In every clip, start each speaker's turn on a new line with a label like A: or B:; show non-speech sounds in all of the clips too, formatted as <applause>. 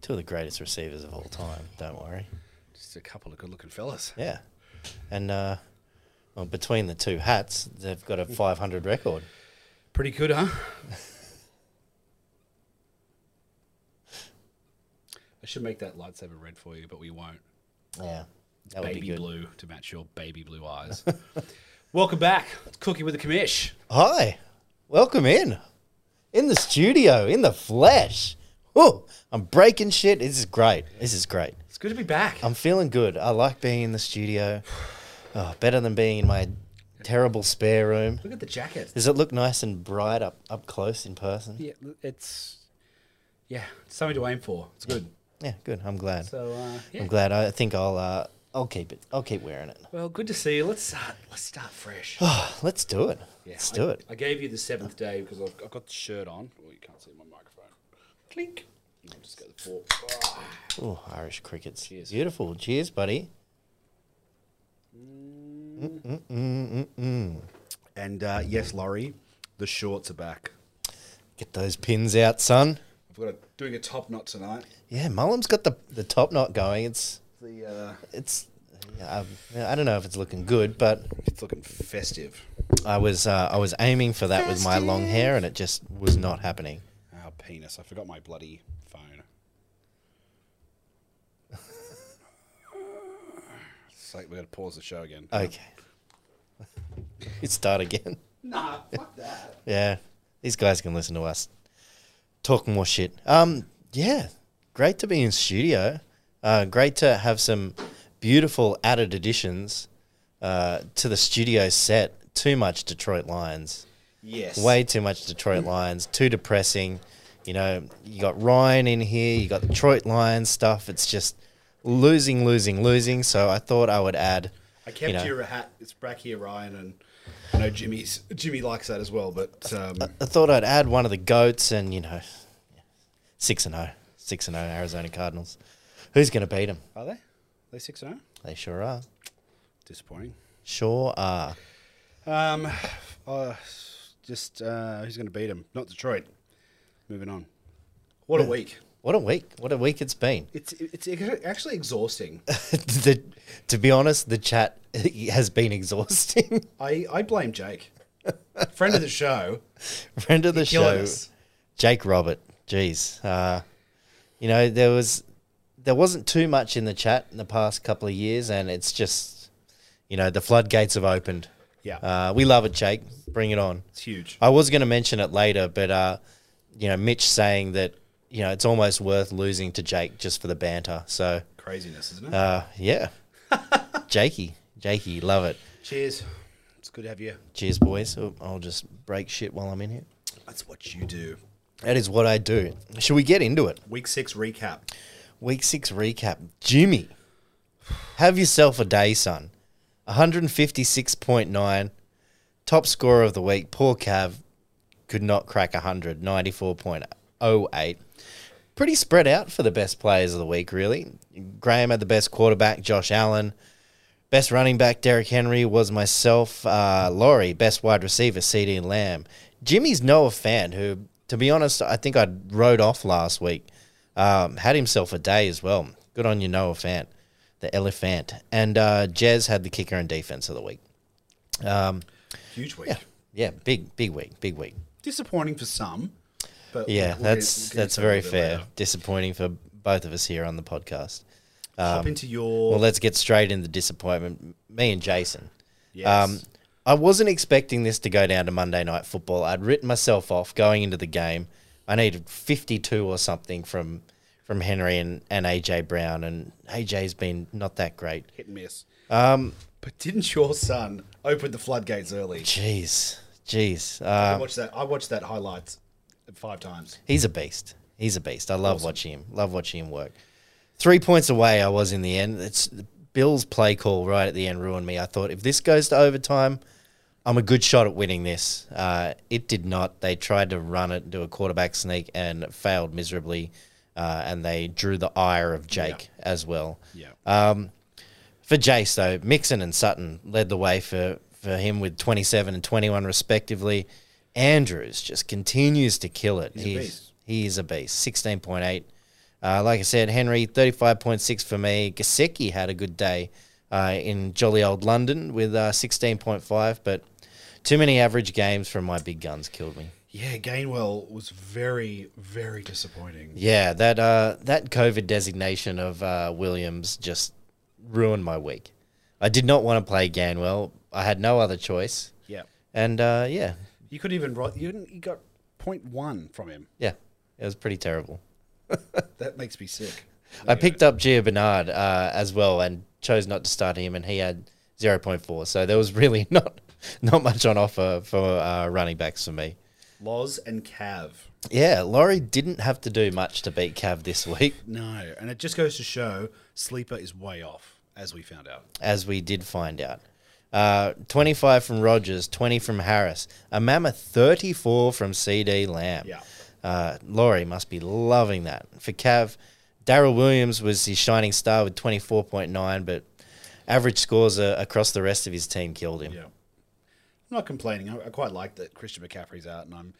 A: two of the greatest receivers of all time. Don't worry.
B: Just a couple of good-looking fellas.
A: Yeah, and uh, well, between the two hats, they've got a 500 record.
B: Pretty good, huh? I should make that lightsaber red for you, but we won't.
A: Yeah, that would
B: baby
A: be good.
B: blue to match your baby blue eyes. <laughs> Welcome back. It's Cookie with the Commish.
A: Hi, welcome in, in the studio, in the flesh. Oh, I'm breaking shit. This is great. This is great.
B: It's good to be back.
A: I'm feeling good. I like being in the studio. Oh, better than being in my terrible spare room.
B: Look at the jacket.
A: Does it look nice and bright up up close in person?
B: Yeah, it's yeah, it's something to aim for. It's good.
A: Yeah, good. I'm glad.
B: So uh, yeah.
A: I'm glad. I think I'll uh, I'll keep it. I'll keep wearing it. <sighs>
B: Well, good to see you. Let's start. Let's start fresh.
A: Let's do it.
B: Yeah,
A: Let's
B: I-
A: do it.
B: I gave you the seventh day because I've, I've got the shirt on. Well, you can't see my microphone. Clink. I'll just go the fork. Ah.
A: Oh, Irish crickets.
B: Cheers.
A: Beautiful. Cheers, buddy.
B: And uh, yes, Laurie, the shorts are back.
A: Get those pins out, son.
B: I've got a, doing a top knot tonight.
A: Yeah, Mullen's got the the top knot going. It's
B: The uh,
A: it's. Um, I don't know if it's looking good, but
B: it's looking festive.
A: I was uh, I was aiming for that with my long hair, and it just was not happening.
B: Oh, penis. I forgot my bloody <laughs> phone. it's like we're going to pause the show again.
A: Okay, <laughs> let's start again.
B: Nah, fuck that.
A: Yeah, these guys can listen to us talk more shit. Um, yeah, great to be in studio. Uh, great to have some beautiful added additions uh, to the studio set. Too much Detroit Lions,
B: Yes.
A: way too much
B: Mm.
A: Detroit Lions. Too depressing. You know, you got Ryan in here. You got Detroit Lions stuff. It's just losing, losing, losing. So I thought I would add.
B: I kept
A: you know.
B: your hat. It's back here, Ryan, and I know Jimmy's Jimmy likes that as well. But um,
A: I thought I'd add one of the goats, and you know, six and zero, six and zero Arizona Cardinals. Who's going to beat them?
B: are they? Are they six and oh? zero?
A: They sure are.
B: Disappointing.
A: Sure are.
B: Um, <sighs> uh, just uh, who's going to beat him? Not Detroit. Moving on. What a week!
A: What a week! What a week it's been. <laughs>
B: It's it's actually exhausting. <laughs>
A: the, to be honest, the chat <laughs> has been exhausting. <laughs>
B: I I blame Jake, friend of the show.
A: Friend of the
B: killing
A: show,
B: us.
A: Jake Robert. Jeez, uh, you know there was there wasn't too much in the chat in the past couple of years, and it's just you know the floodgates have opened.
B: Yeah.
A: uh, we love it, Jake. Bring it on.
B: It's huge.
A: I was going to mention it later, but uh, you know, Mitch saying that you know it's almost worth losing to Jake just for the banter. So
B: Craziness, isn't it?
A: uh, yeah, Jakey, Jakey, love it.
B: Cheers. It's good to have you.
A: Cheers, boys. Oh, I'll just break shit while I'm in here.
B: That's what you do.
A: That is what I do. Should we get into it?
B: Week six recap.
A: Week six recap. Jimmy, have yourself a day, son. 156.9, top scorer of the week. Poor Cav could not crack 100, 94.08. Pretty spread out for the best players of the week, really. Graham had the best quarterback, Josh Allen. Best running back, Derrick Henry, was myself. Uh, Laurie, best wide receiver, CD Lamb. Jimmy's Noah Fan, who, to be honest, I think I rode off last week. Um, had himself a day as well. Good on you, Noah Fan, the elephant. And uh, Jez had the kicker and defense of the week.
B: Huge week.
A: Yeah, big, big week, big week.
B: Disappointing for some. But
A: Yeah,
B: we'll get- we'll
A: that's
B: get
A: that's
B: into that a
A: very
B: little bit
A: fair.
B: later.
A: Disappointing for both of us here on the podcast.
B: Hop into your.
A: Um, Well, let's get straight into disappointment. Me and Jason.
B: Yes.
A: Um, I wasn't expecting this to go down to Monday Night Football. I'd written myself off going into the game. I needed 52 or something from from Henry and, and AJ Brown, and AJ's been not that great.
B: hit and miss.
A: um,
B: but didn't your son open the floodgates early?
A: Jeez, jeez.
B: I
A: Uh,
B: watched that. I watched that highlights five times.
A: he's a beast. He's a beast. I love watching him. Love watching him work. Three points away, I was in the end. It's Bill's play call right at the end ruined me. I thought if this goes to overtime, I'm a good shot at winning this. Uh, it did not. They tried to run it, do a quarterback sneak, and failed miserably. Uh, and they drew the ire of Jake as well.
B: Yeah.
A: Uh, For Jace, though, Mixon and Sutton led the way for, for him with 27 and 21, respectively. Andrews just continues to kill it. He's,
B: beast.
A: He is a beast. 16.8 Uh, like I said, Henry, 35.6 for me. Gasecki had a good day uh, in jolly old London with uh, 16.5, but too many average games from my big guns killed me.
B: Yeah, Gainwell was very, very disappointing.
A: Yeah, that uh, that COVID designation of uh, Williams just ruined my week. I did not want to play Ganwell. I had no other choice,
B: Yeah.
A: and uh, yeah,
B: You couldn't even write, you, didn't, you got 0.1 from him.
A: yeah, it was pretty terrible.
B: That makes me sick.
A: I picked up Gio Bernard uh, as well and chose not to start him, and he had zero point four. So there was <laughs> really not not much on offer for uh, running backs for me.
B: Loz and Cav.
A: Yeah, Laurie didn't have to do much to beat Cav this <laughs> week,
B: No, and it just goes to show Sleeper is way off, as we found out.
A: as we did find out. Uh, 25 from Rogers, 20 from Harris, a mammoth 34 from CD Lamb.
B: Yeah.
A: Uh, Laurie must be loving that. For Cav, Daryl Williams was his shining star with 24.9, but average scores uh, across the rest of his team killed him.
B: Yeah. I'm not complaining. I, I quite like that Christian McCaffrey's out and I'm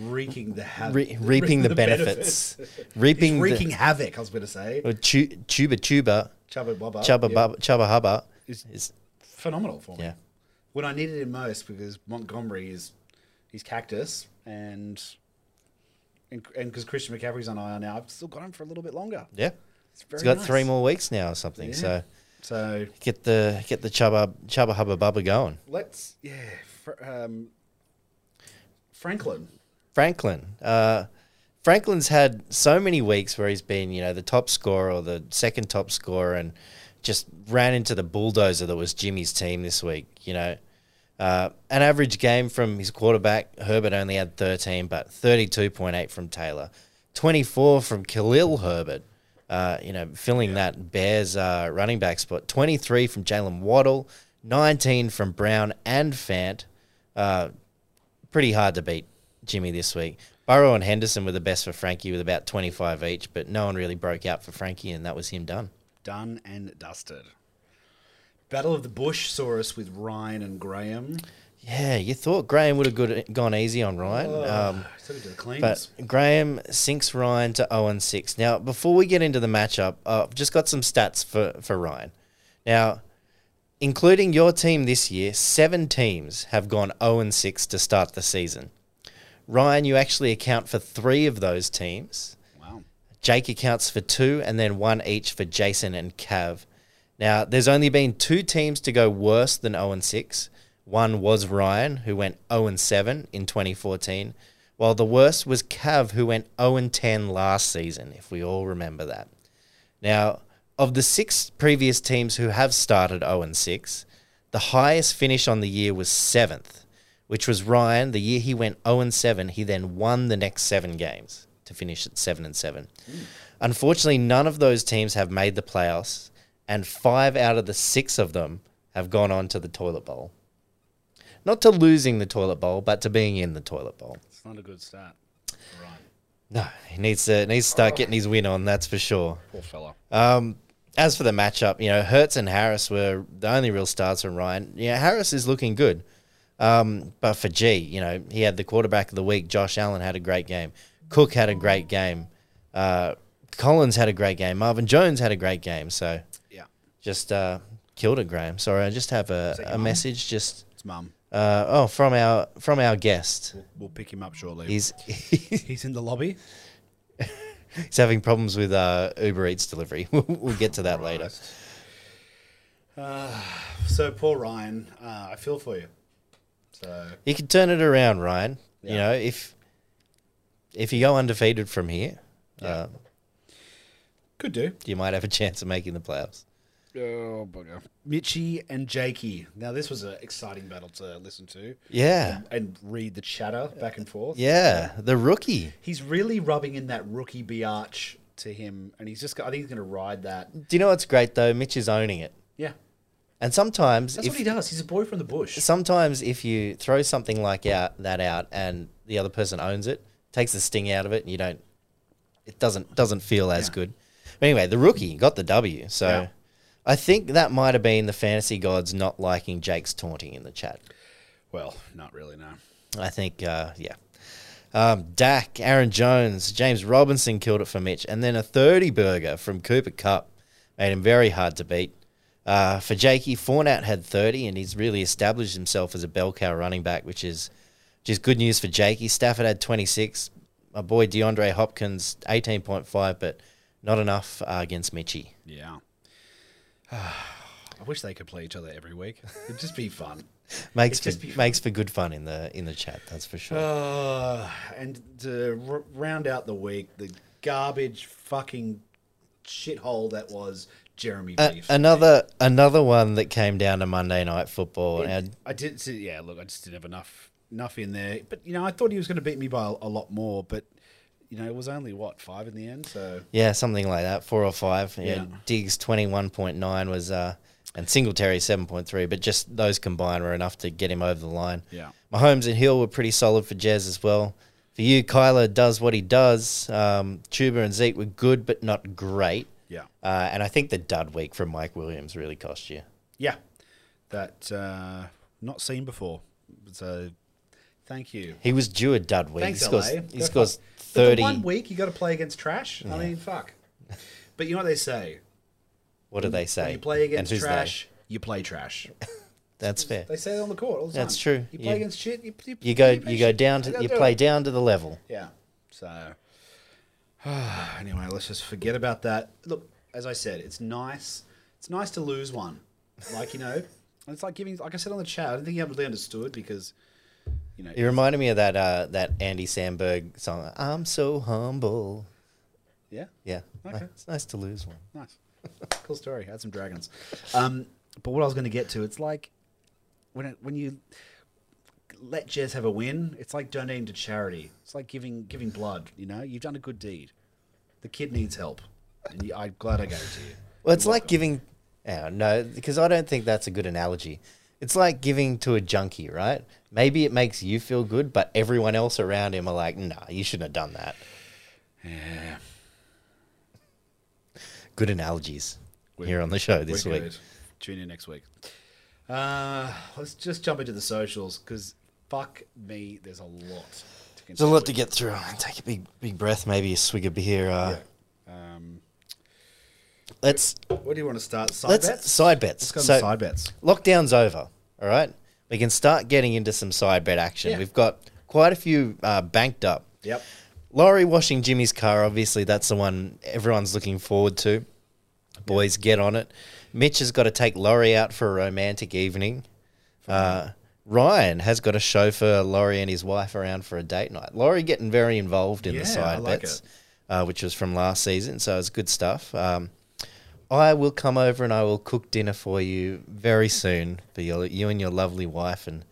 B: wreaking the havoc.
A: Re- reaping
B: <laughs>
A: the, benefits. Reaping
B: He's
A: the. Oh,
B: wreaking havoc, I was going to say.
A: Well, tu- tuba Tuba,
B: Chubba Bubba.
A: Chubba,
B: Oh, yeah,
A: bubba, Chubba Hubba.
B: Is-
A: is-
B: Phenomenal for me.
A: Yeah.
B: When I needed him most because Montgomery is he's cactus and and because Christian McCaffrey's on IR now, I've still got him for a little bit longer.
A: yeah.
B: It's
A: He's
B: very
A: got three
B: nice.
A: more weeks now or something.
B: Yeah.
A: So.
B: So
A: get the get the chubba chubba hubba bubba going.
B: let's yeah, fr- um, Franklin.
A: Franklin. Uh, Franklin's had so many weeks where he's been, you know, the top scorer or the second top scorer, and just ran into the bulldozer that was Jimmy's team this week. You know, uh, an average game from his quarterback Herbert only had 13, but 32.8 from Taylor, 24 from Khalil Herbert. Uh, you know, filling that Bears uh, running back spot. 23 from Jalen Waddle, 19 from Brown and Fant. Uh, pretty hard to beat Jimmy this week. Burrow and Henderson were the best for Frankie with about 25 each, but no one really broke out for Frankie, and that was him done.
B: done and dusted. Battle of the Bush saw us with Ryan and Graham.
A: Yeah, you thought Graham would have good, gone easy on Ryan, um,
B: <sighs> so did the cleans.
A: but Graham sinks Ryan to 0 and 6. Now, before we get into the matchup, uh, I've just got some stats for, for Ryan. Now, including your team this year, seven teams have gone 0 and 6 to start the season. Ryan, you actually account for three of those teams.
B: wow.
A: Jake accounts for two, and then one each for Jason and Cav. Now, there's only been two teams to go worse than 0 and 6. One was Ryan, who went 0 and 7 in 2014, while the worst was Cav, who went 0 and 10 last season, if we all remember that. Now, of the six previous teams who have started 0 and 6, the highest finish on the year was seventh, which was Ryan. The year he went 0 and 7, he then won the next seven games to finish at 7 and 7. Unfortunately, none of those teams have made the playoffs, and five out of the six of them have gone on to the toilet bowl. Not to losing the toilet bowl, but to being in the toilet bowl.
B: It's not a good start. Ryan,
A: No, he needs to needs to start getting his win on. That's for sure.
B: poor fella.
A: Um, as for the matchup, you know, Hertz and Harris were the only real stars from Ryan. Yeah, Harris is looking good. Um, but for G, you know, he had the quarterback of the week. Josh Allen had a great game. Cook had a great game. Uh, Collins had a great game. Marvin Jones had a great game. So
B: yeah,
A: just uh, killed it, Graham. Sorry, I just have a,
B: your
A: a
B: mum?
A: message just
B: it's mum.
A: uh, oh from our from our guest.
B: We'll pick him up shortly.
A: He's <laughs>
B: he's in the lobby.
A: he's having problems with uh, Uber Eats delivery. <laughs> we'll we'll get to that later.
B: So poor Ryan. Uh, I feel for you. So
A: You can turn it around, Ryan. You
B: Yeah.
A: know, if if you go undefeated from here, uh,
B: could do.
A: you might have a chance of making the playoffs.
B: Oh bugger. Mitchie and Jakey. Now this was an exciting battle to listen to
A: Yeah,
B: and read the chatter back and forth.
A: yeah. The rookie.
B: He's really rubbing in that rookie biatch to him, and he's just. got- I think he's going to ride that.
A: Do you know what's great though? Mitch is owning it,
B: Yeah,
A: and sometimes
B: that's
A: if
B: what he does. He's a boy from the bush.
A: sometimes if you throw something like out that out and the other person owns it, takes the sting out of it, and you don't, it doesn't doesn't feel as good. But anyway, the rookie got the W, so.
B: Yeah.
A: I think that might have been the fantasy gods not liking Jake's taunting in the chat.
B: Well, not really. No.
A: I think, uh, yeah. Um, Dak, Aaron Jones, James Robinson killed it for Mitch. And then a 30 burger from Cooper Cup made him very hard to beat. Uh, for Jakey, Fournette had 30, and he's really established himself as a bell cow running back, which is just good news for Jakey. Stafford had 26. My boy DeAndre Hopkins, 18.5, but not enough uh, against Mitchie.
B: Yeah. <sighs> I wish they could play each other every week. It'd just be fun.
A: Makes for,
B: just be fun.
A: makes for good fun in the in the chat, that's for sure.
B: <laughs> Uh, and to r- round out the week, the garbage fucking shithole that was Jeremy
A: A-
B: Beef.
A: another another one that came down to Monday Night Football. and
B: I did see, yeah, look, I just didn't have enough enough in there. But, you know, I thought he was going to beat me by a, a lot more, but, you know, it was only, what, five in the end? So,
A: Yeah, something like that, four or five. Yeah,
B: Yeah.
A: Diggs twenty one point nine was, uh, and Singletary seven point three. But just those combined were enough to get him over the line.
B: Yeah.
A: Mahomes and Hill were pretty solid for Jez as well. For you, Kyler does what he does. Um, Tuber and Zeke were good, but not great.
B: yeah.
A: Uh, and I think the dud week from Mike Williams really cost you.
B: Yeah. That, uh, not seen before. So, thank you.
A: He was due a dud week.
B: Thanks,
A: he scores,
B: LA.
A: he
B: Go
A: scores
B: fuck. But the
A: thirty.
B: one week you got to play against trash. I mean, fuck. But you know what they say:
A: What do they
B: when
A: say?
B: you play
A: And
B: against
A: who's they?
B: trash, you play trash.
A: That's fair.
B: They say that on the court all the time.
A: That's true.
B: You play
A: You-
B: against shit. You, you,
A: You go,
B: play
A: you go
B: shit.
A: down
B: They
A: to,
B: don't
A: you
B: do
A: play
B: it.
A: down to the level.
B: Yeah. So <sighs> anyway, let's just forget about that. Look, as I said, it's nice. It's nice to lose one. Like you know, it's like giving. Like I said on the chat, I don't think you really understood because you know.
A: It reminded me of that uh, that Andy Sandberg song. I'm so humble.
B: yeah.
A: Yeah,
B: Okay.
A: it's nice to lose one.
B: Nice. cool story. Had some dragons. Um, but what I was going to get to, it's like when it, when you let Jez have a win, it's like donating to charity. It's like giving giving blood. You know, you've done a good deed. The kid needs help, and you, I'm glad I gave it to you.
A: Well, it's like giving. Oh, no, because I don't think that's a good analogy. It's like giving to a junkie, right? Maybe it makes you feel good, but everyone else around him are like, "Nah, you shouldn't have done that."
B: Yeah,
A: Good analogies
B: We're-
A: here on the show this week.
B: Tune in next week. Uh, let's just jump into the socials because fuck me, there's a lot. To
A: There's a lot to get through. Take a big, big breath. Maybe a swig of beer. Uh,
B: Um,
A: Let's
B: where do you want to start? Side
A: let's
B: bets.
A: side bets.
B: Let's go to
A: So-
B: side bets.
A: lockdown's over. All right, we can start getting into some side bet action.
B: Yeah.
A: We've got quite a few uh, banked up.
B: Yep.
A: Laurie washing Jimmy's car. Obviously, that's the one everyone's looking forward to. Boys, get on it. Mitch has got to take Laurie out for a romantic evening. Uh, Ryan has got to chauffeur Laurie and his wife around for a date night. Laurie getting very involved in
B: Yeah,
A: the side
B: I like
A: bets, uh, which was from last season, so it's good stuff. Um, I will come over and I will cook dinner for you very soon for your, you and your lovely wife and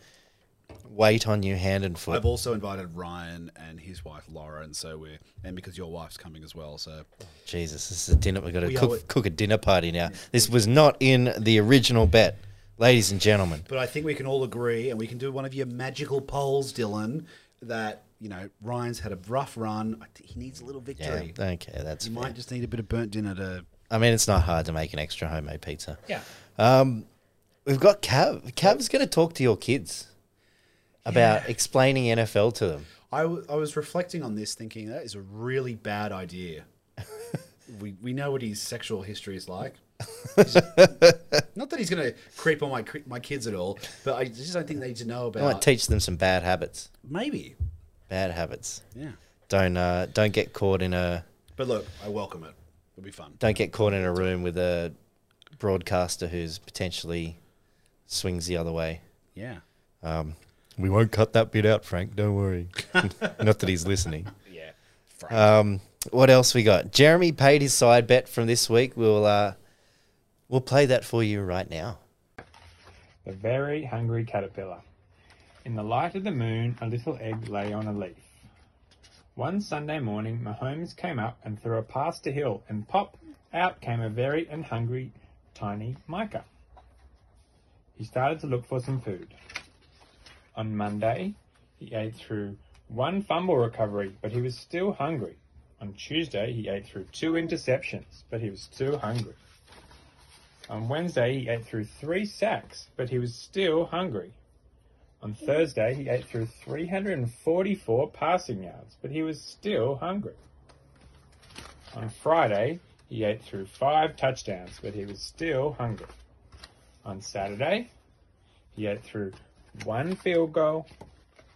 A: wait on you hand and foot.
B: I've also invited Ryan and his wife Laura, and so we're and because your wife's coming as well. So
A: Jesus, this is a dinner. We've got to
B: We owe
A: cook,
B: it.
A: cook a dinner party now. This was not in the original bet, ladies and gentlemen.
B: But I think we can all agree, and we can do one of your magical polls, Dylan, that, you know, Ryan's had a rough run. I think he needs a little
A: Yeah,
B: victory.
A: okay, that's.
B: you
A: fair.
B: might just need a bit of burnt dinner to.
A: I mean, it's not hard to make an extra homemade pizza.
B: Yeah.
A: We've got Cav. Cav's going to talk to your kids about explaining NFL to them.
B: I, w- I was reflecting on this thinking that is a really bad
A: <laughs>
B: idea. we, we know what his sexual history
A: <laughs>
B: is like. He's- not that he's going to creep on my, cri- my kids at all, but I just don't think they need to know
A: I might
B: about.
A: teach them some bad habits.
B: Maybe.
A: Bad habits.
B: Yeah.
A: Don't uh, don't get caught in a
B: But look, I welcome it. It'll be fun.
A: don't get caught in a room with a broadcaster who's potentially swings the other way.
B: Yeah.
A: We won't cut that bit out, Frank. Don't worry. <laughs> Not that he's listening.
B: Yeah.
A: Um, what else we got? Jeremy paid his side bet from this week. We'll uh, we'll play that for you right now.
C: the very hungry caterpillar. In the light of the moon, a little egg lay on a leaf. One Sunday morning, Mahomes came up and threw a pass to Hill, and pop, out came a very and hungry tiny Micah. He started to look for some food. On Monday, he ate through one fumble recovery, but he was still hungry. On Tuesday, he ate through two interceptions, but he was still hungry. On Wednesday, he ate through three sacks, but he was still hungry. On Thursday, he ate through 344 passing yards, but he was still hungry. On Friday, he ate through five touchdowns, but he was still hungry. On Saturday, he ate through one field goal,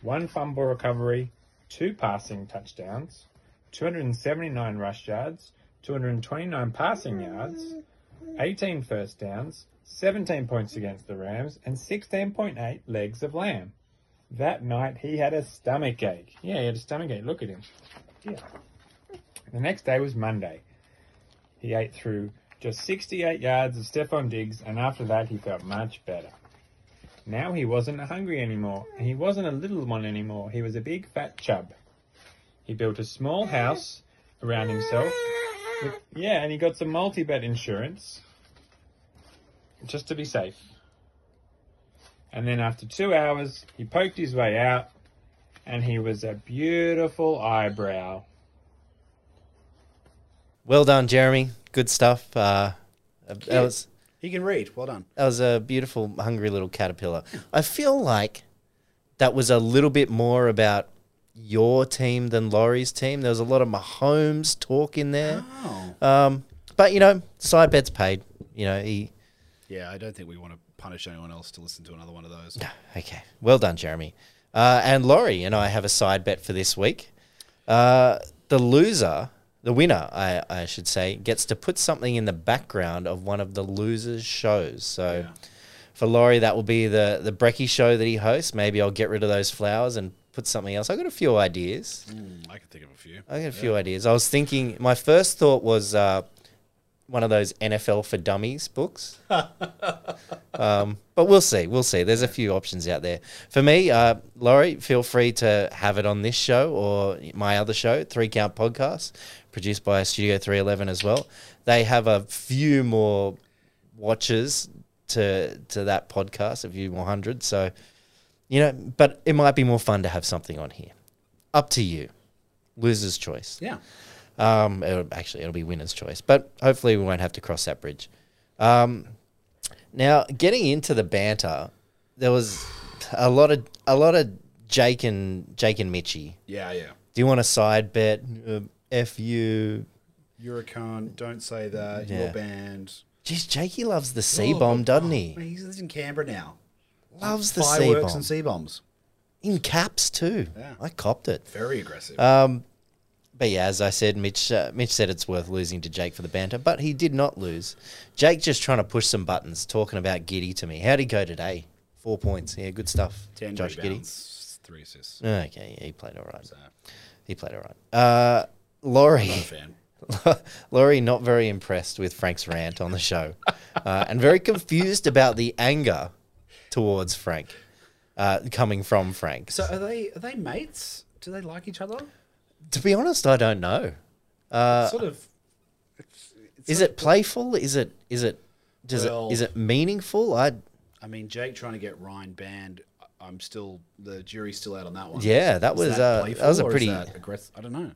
C: one fumble recovery, two passing touchdowns, 279 rush yards, 229 passing yards, 18 first downs, 17 points against the Rams, and 16.8 legs of lamb. That night he had a stomach ache. Yeah, he had a stomach ache. Look at him. Yeah. The next day was Monday. He ate through just 68 yards of Stephon Diggs, and after that he felt much better. Now he wasn't hungry anymore. He wasn't a little one anymore. He was a big fat chub. He built a small house around himself. with- yeah, and he got some multi bet insurance just to be safe. And then after two hours, he poked his way out and he was a beautiful eyebrow.
A: Well done, Jeremy. Good stuff. Uh, that was
B: He can read. Well done.
A: that was a beautiful, hungry little caterpillar. I feel like that was a little bit more about your team than Laurie's team. There was a lot of Mahomes talk in there.
B: Oh.
A: Um, but you know, side bets paid. You know, he
B: Yeah, I don't think we want to punish anyone else to listen to another one of those.
A: <laughs> okay. Well done, Jeremy. Uh, and Laurie and I have a side bet for this week. Uh, the loser, the winner, I, I should say, gets to put something in the background of one of the losers' shows. So.
B: Yeah.
A: For Laurie, that will be the the Brecky show that he hosts. Maybe I'll get rid of those flowers and put something else. I got a few ideas.
B: Mm, I can think of a few.
A: I got a few ideas. I was thinking. My first thought was uh, one of those NFL for Dummies books. um, but we'll see. We'll see. There's a few options out there for me. Uh, Laurie, feel free to have it on this show or my other show, Three Count Podcast, produced by Studio Three Eleven as well. They have a few more watches to to that podcast, a few more hundred. So. You know, but it might be more fun to have something on here. Up to you. Loser's choice.
B: Yeah.
A: Um, it'll, actually, it'll be winner's choice, but hopefully we won't have to cross that bridge. Um, now, getting into the banter, there was a lot of a lot of Jake and Jake and Mitchy.
B: Yeah, yeah.
A: Do you want a side bet? Uh, F you.
B: You're a cunt. Don't say that.
A: Yeah.
B: You're banned.
A: Jeez, Jakey loves the C bomb, doesn't
B: Oh, Man,
A: he?
B: he lives in Canberra now.
A: Loves the C
B: oh, Fireworks
A: bomb
B: and C bombs.
A: in caps too.
B: Yeah.
A: I copped it.
B: Very aggressive.
A: Um, but yeah, as I said, Mitch uh, Mitch said it's worth losing to Jake for the banter, but he did not lose. Jake just trying to push some buttons, talking about Giddy to me. How'd he go today? Four points. Yeah, good stuff.
B: Ten
A: Josh Giddy.
B: rebounds, three assists.
A: Okay, yeah, he played all right.
B: So,
A: He played all right. Uh,
B: not a
A: Laurie, <laughs>
B: fan.
A: Laurie, not very impressed with Frank's rant on the show, uh, and very confused about the anger towards Frank uh, coming from Frank.
B: So are they are they mates? Do they like each other?
A: to be honest, I don't know. Uh,
B: sort of. It's, it's
A: is
B: sort
A: it playful? Is it is it does
B: Well-
A: it is it meaningful? I
B: of- I mean, Jake trying to get Ryan banned. I- I'm still the jury's still out on that one.
A: yeah, that
B: Is
A: was uh, that
B: playful
A: was a
B: or is
A: pretty.
B: that aggressive. I
A: <laughs>
B: don't know.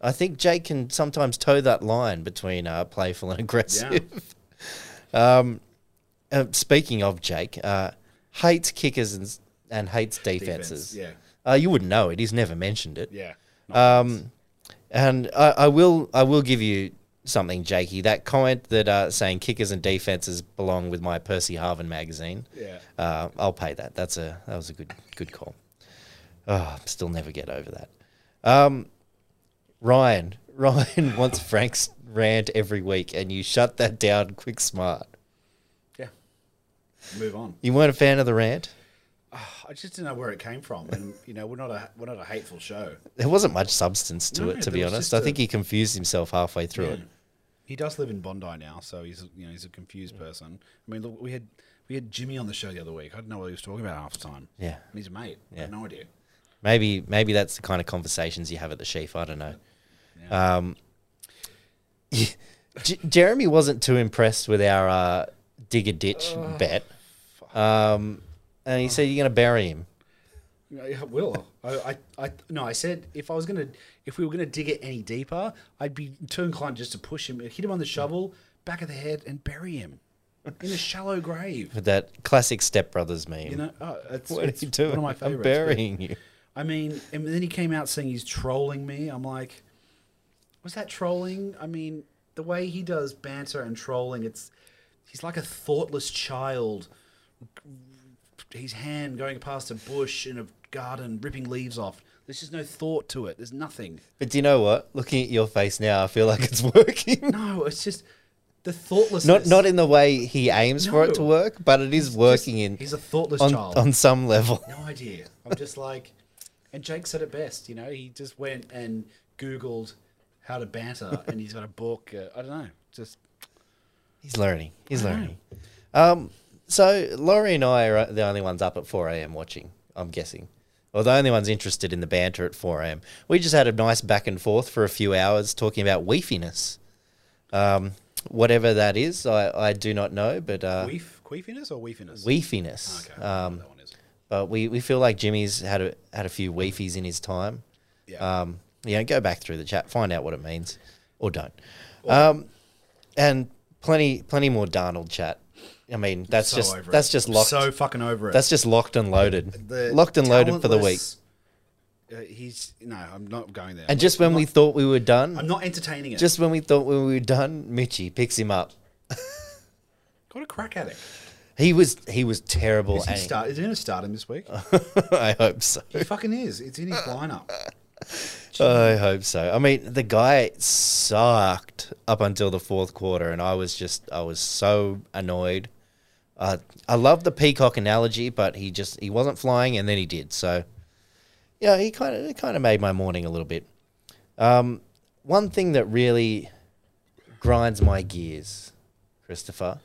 A: I think Jake can sometimes toe that line between uh, playful and aggressive. <laughs> um, uh, speaking of Jake, uh, hates kickers and and hates defenses.
B: Defense, yeah.
A: uh, you wouldn't know it. He's never mentioned it.
B: Yeah. Not
A: Um, and I, I will I will give you something, Jakey. That comment that uh, saying kickers and defenses belong with my Percy Harvin magazine.
B: Yeah.
A: Uh, I'll pay that. That's a that was a good good call. Oh, still never get over that. Um, Ryan <laughs> Ryan wants Frank's rant every week, and you shut that down quick smart.
B: Yeah. Move on.
A: You weren't a fan of the rant.
B: I just didn't know where it came from, and you know, we're not a we're not a hateful show.
A: There wasn't much substance to
B: No,
A: it, to
B: there
A: be
B: was
A: honest.
B: just
A: I
B: a-
A: think he confused himself halfway through it.
B: He does live in Bondi now, so he's you know he's a
A: Mm.
B: confused person. I mean, look, we had we had Jimmy on the show the other week. I didn't know what he was talking about half the time.
A: Yeah.
B: and he's a mate. I had
A: Yeah.
B: no idea.
A: Maybe maybe that's the kind of conversations you have at the sheaf. I don't know. Um, J- Jeremy wasn't too impressed with our uh, dig a ditch bet, um, and he said you're going to bury him.
B: I will. I, I, I no. I said if I was gonna, if we were gonna dig it any deeper, I'd be too inclined just to push him, hit him on the shovel, back of the head, and bury him. in a
A: <laughs>
B: shallow grave.
A: With that classic Step Brothers meme.
B: You know, oh,
A: <laughs>
B: it's,
A: what
B: it's
A: are you doing?
B: one of my favorites.
A: I'm
B: but-
A: burying you.
B: I mean, and then he came out saying he's trolling me. I'm like, was that trolling? I mean, the way he does banter and trolling, it's he's like a thoughtless child. His hand going past a bush in a garden, ripping leaves off. There's just no thought to it. There's nothing.
A: But do you know what? Looking at your face now, I feel like it's <laughs> working.
B: No, it's just the thoughtlessness.
A: not not in the way he aims for it to
B: No.
A: work, but it is
B: Just-
A: working in
B: He's a thoughtless
A: on,
B: child.
A: on some level.
B: no idea. I'm just like, and Jake said it best. You know, he just went and Googled how
A: <laughs>
B: to banter, and he's got a book. Uh, I don't know. Just
A: He's learning. He's
B: I know.
A: learning. Um, so Laurie and I are the only ones up at 4 a.m. watching, I'm guessing. Or the only ones interested in the banter at 4 a.m. We just had a nice back and forth for a few hours talking about weefiness. Um, whatever that is, I, I do not know, but uh,
B: queef, queefiness or weefiness.
A: weefiness.
B: Okay, I don't
A: Um,
B: know what that one is.
A: but we, we feel like Jimmy's had a, had a few weefies in his time.
B: Yeah.
A: Um, yeah, go back through the chat, find out what it means, or don't. Um, and plenty, plenty more Darnold chat. I mean, that's
B: So
A: just
B: over it.
A: that's just locked.
B: So fucking over it.
A: that's just locked and loaded. locked and loaded for the week.
B: talentless- Uh, he's no, I'm not going there.
A: And just when we thought we were done,
B: I'm not entertaining it.
A: just when we thought we were done, Mitchy picks him up.
B: got a crack at it.
A: He was he was terrible.
B: Is he
A: and he-
B: start? Is he going to start him this week?
A: <laughs> I hope so.
B: he fucking is. It's in his lineup.
A: I hope so. I mean, the guy sucked up until the fourth quarter, and I was just, I was so annoyed. Uh, I love the peacock analogy, but he just, he wasn't flying, and then he did. So, yeah, he kind of, it kind of made my morning a little bit. Um, one thing that really grinds my gears, Christopher,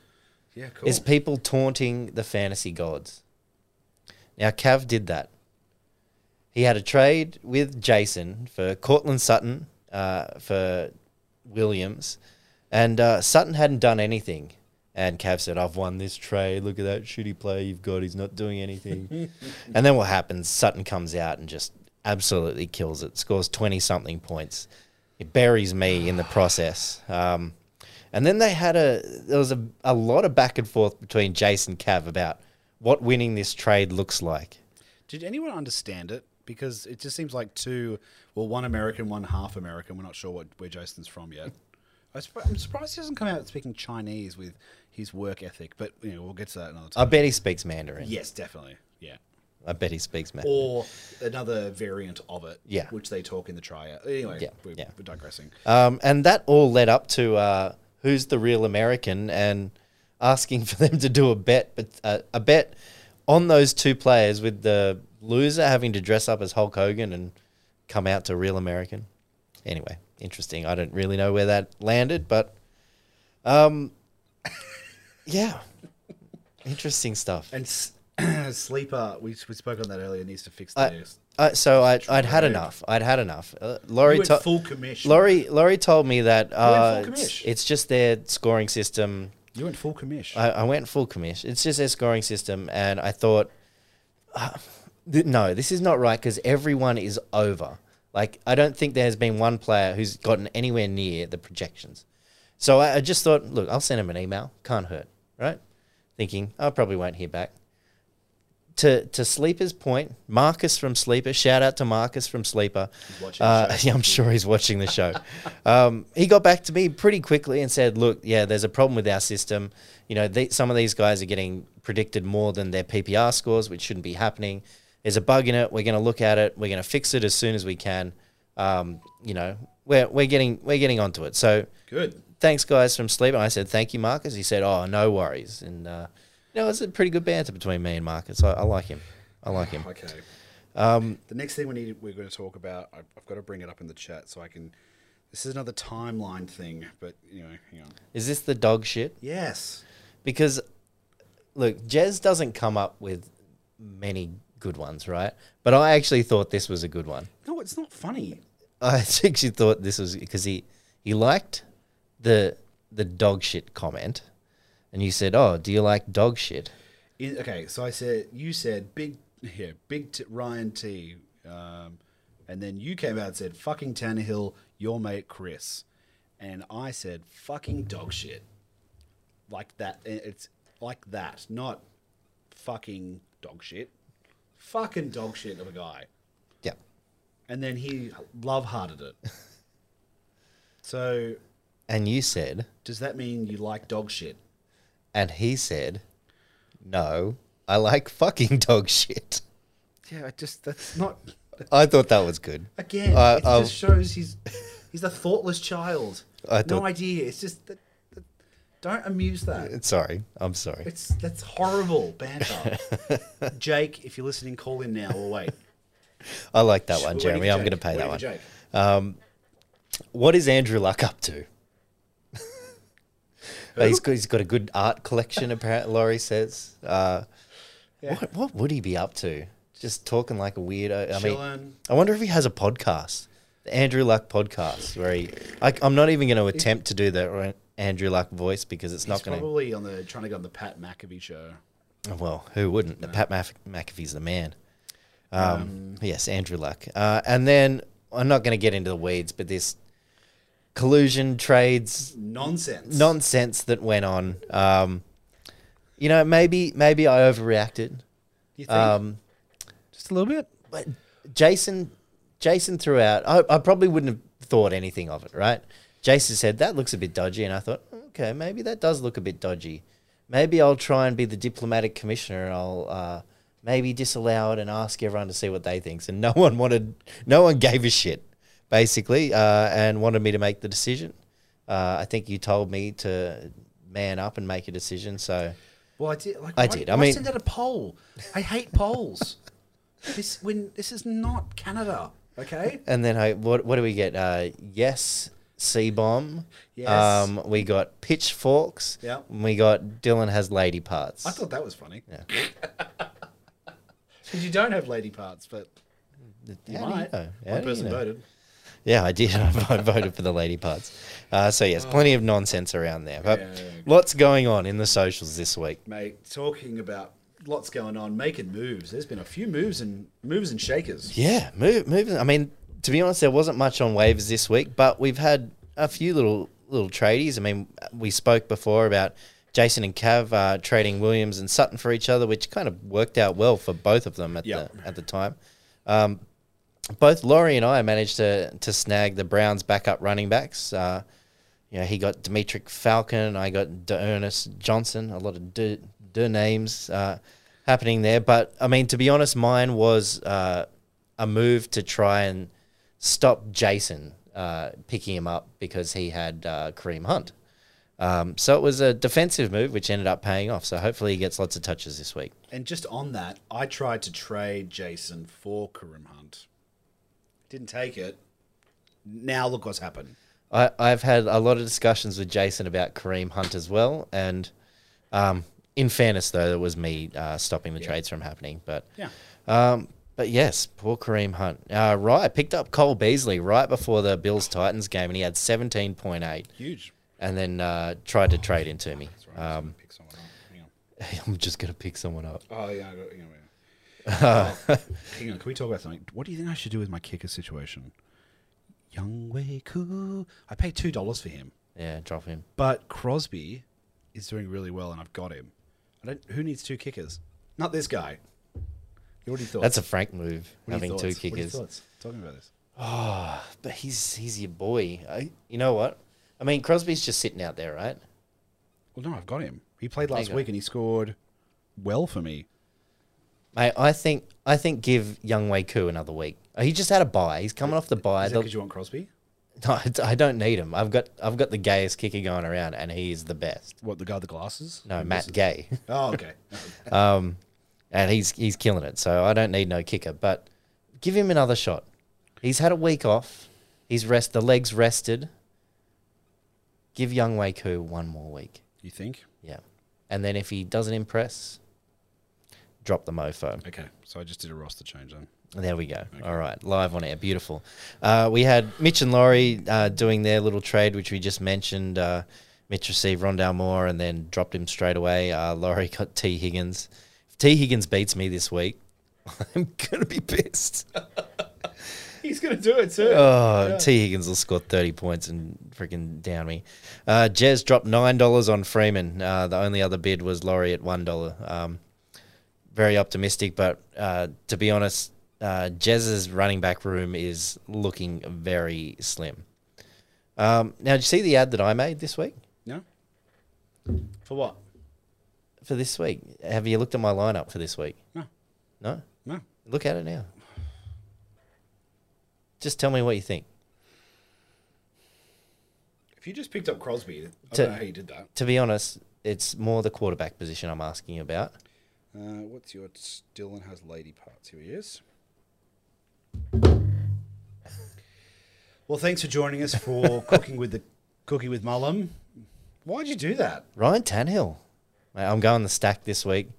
B: Yeah, cool.
A: is people taunting the fantasy gods. Now, Cav did that. He had a trade with Jason for Cortland Sutton uh, for Williams, and uh, Sutton hadn't done anything. And Cav said, "I've won this trade. Look at that shitty play you've got. He's not doing anything." and then what happens? Sutton comes out and just absolutely kills it. Scores twenty something points. It buries me in the process. Um, and then they had a there was a, a lot of back and forth between Jason Cav about what winning this trade looks like.
B: Did anyone understand it? Because it just seems like two, well, one American, one half American. We're not sure what where Jason's from yet. I surp- I'm surprised he hasn't come out speaking Chinese with his work ethic, but you know we'll get to that another
A: I
B: time.
A: bet he speaks Mandarin.
B: yes, definitely, yeah.
A: I bet he speaks Mandarin.
B: Or another variant of it,
A: Yeah.
B: which they talk in the triad. Anyway,
A: Yeah,
B: we're,
A: yeah.
B: we're digressing.
A: Um, and that all led up to uh, who's the real American and asking <laughs> for them to do a bet, but uh, a bet on those two players with the loser having to dress up as Hulk Hogan and come out to real American. Anyway, interesting. I don't really know where that landed, but um, <laughs> yeah, interesting stuff.
B: And s- <clears throat> sleeper, we, we spoke on that earlier. Needs to fix
A: I-
B: this.
A: Uh, so I, I'd had
B: Trade.
A: enough. I'd had enough. Uh,
B: You
A: Laurie,
B: went
A: to-
B: full commission.
A: Laurie, Laurie told me that uh,
B: full
A: it's,
B: commish.
A: it's just their scoring system.
B: you went full commission.
A: I, I went full commish. It's just their scoring system, and I thought, uh, th- no, this is not right because everyone is over. Like I don't think there has been one player who's gotten anywhere near the projections. So I, I just thought, look, I'll send him an email. Can't hurt, right? Thinking I probably won't hear back. To to Sleeper's point, Marcus from Sleeper. Shout out to Marcus from Sleeper.
B: watching the
A: Uh,
B: show.
A: <laughs> yeah, I'm sure he's watching the show. um, he got back to me pretty quickly and said, "Look, yeah, there's a problem with our system. You know, the some of these guys are getting predicted more than their PPR scores, which shouldn't be happening. There's a bug in it. We're going to look at it. We're going to fix it as soon as we can. Um, you know, we're we're getting we're getting onto it. So
B: Good.
A: thanks, guys from Sleep. And I said, thank you, Marcus. He said, oh, no worries. And uh, you know, it's a pretty good banter between me and Marcus. I, I like him. I like
B: <laughs>
A: him.
B: Okay. Um, the next thing we need, we're going to talk about. I've, I've got to bring it up in the chat so I can. This is another timeline thing, but you know, hang on.
A: Is this the dog shit?
B: Yes.
A: because look, Jez doesn't come up with many good ones, right? But I actually thought this was a good one. <laughs>
B: No, it's not funny.
A: I actually thought this was because he he liked the the dog shit comment, and you said, "Oh, do you like dog shit?"
B: In, okay, so I said you said big here, big t- Ryan T, um, and then you came out and said fucking Tannehill, your mate Chris, and I said fucking dog shit. like that. It's like that, not fucking dog shit. Fucking dog shit of a guy.
A: Yeah.
B: And then he love hearted <laughs> it. So
A: And you said,
B: does that mean you like dog shit?
A: and he said, no, I like fucking dog shit.
B: Yeah, I just that's <laughs> not
A: I thought that was good.
B: again.
A: I-
B: it
A: I'll-
B: just shows he's he's a thoughtless child.
A: I
B: no
A: thought-
B: idea. It's just that, that- don't amuse that.
A: Sorry. I'm sorry.
B: It's that's horrible
A: <laughs>
B: banter. Jake, if you're listening, call in now or wait.
A: I like <laughs> that
B: We're
A: one,
B: waiting
A: Jeremy.
B: for
A: I'm
B: Jake.
A: going to pay
B: We're
A: that one.
B: waiting for Jake.
A: What is Andrew Luck up to? Uh, he's got he's got a good art collection. Apparently, Laurie says. Uh,
B: Yeah.
A: What what would he be up to? Just talking like a weirdo. I mean,
B: Chilling.
A: I wonder if he has a podcast, the Andrew Luck podcast, where he. I, I'm not even going to attempt to do that right, Andrew Luck voice because it's
B: He's
A: not going to.
B: probably on the trying to get on the Pat McAfee show.
A: Well, who wouldn't? Pat Maf- McAfee's the man. Um, yes, Andrew Luck. Uh, and then I'm not going to get into the weeds, but this collusion trades
B: Nonsense.
A: nonsense that went on. Um, you know, maybe maybe I overreacted.
B: You think?
A: Um,
B: just a little bit.
A: but Jason, Jason threw out. I, I probably wouldn't have thought anything of it, right? Jason said that looks a bit dodgy, and I thought, okay, maybe that does look a bit dodgy. Maybe I'll try and be the diplomatic commissioner, and I'll uh, maybe disallow it and ask everyone to see what they thinks. And no <laughs> one wanted, no one gave a shit, basically, uh, and wanted me to make the decision. Uh, I think you told me to man up and make a decision. So
B: Well, I did. Like,
A: I
B: why-
A: did. I
B: why
A: mean-
B: send out a poll. I hate polls. <laughs> this when this is not Canada. Okay.
A: And then I, what, what do we get? Uh, yes, C bomb.
B: Yes.
A: Um, we got pitchforks.
B: Yeah.
A: And we got Dylan has lady parts.
B: I thought that was funny.
A: Yeah.
B: Because you don't have lady parts, but you
A: How do you
B: might.
A: know? How
B: One
A: do you
B: person
A: know?
B: voted.
A: Yeah, I did. <laughs> I voted for the lady parts. Uh, so yes, plenty of nonsense around there, but
B: Yeah.
A: lots going on in the socials this week.
B: Mate, talking about lots going on, making moves. There's been a few moves and moves and shakers.
A: Yeah, move, moving. I mean, to be honest, there wasn't much on waivers this week, but we've had a few little little tradies. I mean, we spoke before about Jason and Cav uh, trading Williams and Sutton for each other, which kind of worked out well for both of them at
B: Yeah.
A: the at the time. Um, both Laurie and I managed to to snag the Browns' backup running backs. Uh, you know, he got Dimitri Falcon. I got De'Ernest Johnson. A lot of de, de names uh, happening there. But I mean, to be honest, mine was uh, a move to try and stop Jason uh, picking him up because he had uh, Kareem Hunt. Um, so it was a defensive move, which ended up paying off. So hopefully he gets lots of touches this week.
B: And just on that, I tried to trade Jason for Karim Hunt. Didn't take it. Now look what's happened.
A: I, I've had a lot of discussions with Jason about Kareem Hunt as well, and um, in fairness, though, it was me uh, stopping the trades from happening. But
B: Yeah.
A: um, but yes, poor Kareem Hunt. Uh, right, picked up Cole Beasley right before the Bills Titans game, and he had seventeen point eight,
B: Huge.
A: and then uh, tried to trade into
B: <laughs>
A: me. Um,
B: pick someone
A: I'm just gonna pick someone up.
B: Oh yeah, I
A: <laughs>
B: got, hang on. hang on, can we talk about something? What do you think I should do with my kicker situation? Young Wei Koo. I paid two dollars for him,
A: Yeah, drop him.
B: but Crosby is doing really well, and I've got him. I don't. Who needs two kickers? Not this guy. You already thought.
A: That's a frank move, having two
B: What are your
A: kickers.
B: thoughts? Talking about this.
A: Oh, but he's he's your boy. I, you know what? I mean, Crosby's just sitting out there, right?
B: Well, no, I've got him. He played last
A: go.
B: week and he scored well for me.
A: Mate, I think I think give Young Wei Koo another week. Uh, He just had a buy. He's coming off the buy.
B: Is that because you want Crosby?
A: <laughs> No, I- I don't need him. I've got I've got the gayest kicker going around, and he is the best.
B: What the guy with the glasses?
A: No, Matt
B: <laughs>
A: Gay, <laughs>
B: Oh, okay.
A: um, and he's he's killing it. So I don't need no kicker, but give him another shot. He's had a week off. He's rest. The legs rested. Give Young Wei Koo one more week.
B: you think?
A: Yeah, and then if he doesn't impress, drop the mofo.
B: Okay, so I just did a roster change then.
A: There we go. All right, live on air. Beautiful. Uh, we had Mitch and Laurie uh, doing their little trade, which we just mentioned. Uh, Mitch received Rondell Moore and then dropped him straight away. Uh, Laurie <laughs> got T Higgins. <laughs> If T Higgins beats me this week, I'm gonna be pissed.
B: <laughs> He's going to do it too.
A: Oh, T. Higgins will score 30 points and freaking down me. Uh, Jez dropped $9 on Freeman. Uh, the only other bid was Laurie at $1. Um, very optimistic, but uh, to be honest, uh, Jez's running back room is looking very slim. Um, now, did you see the ad that I made this week?
B: no? For what?
A: For this week? Have you looked at my lineup for this week?
B: No.
A: No?
B: No.
A: Look at it now. Just tell me what you think.
B: If you just picked up Crosby, I
A: To-
B: don't know how you did that.
A: To be honest, it's more the quarterback position I'm asking about.
B: Uh, what's your Dylan has lady parts? Here he is. Well, thanks for joining
A: <laughs>
B: us for cooking with the cookie with Mullum. Why'd you do that?
A: Ryan Tanhill. Mate, I'm going the stack this week.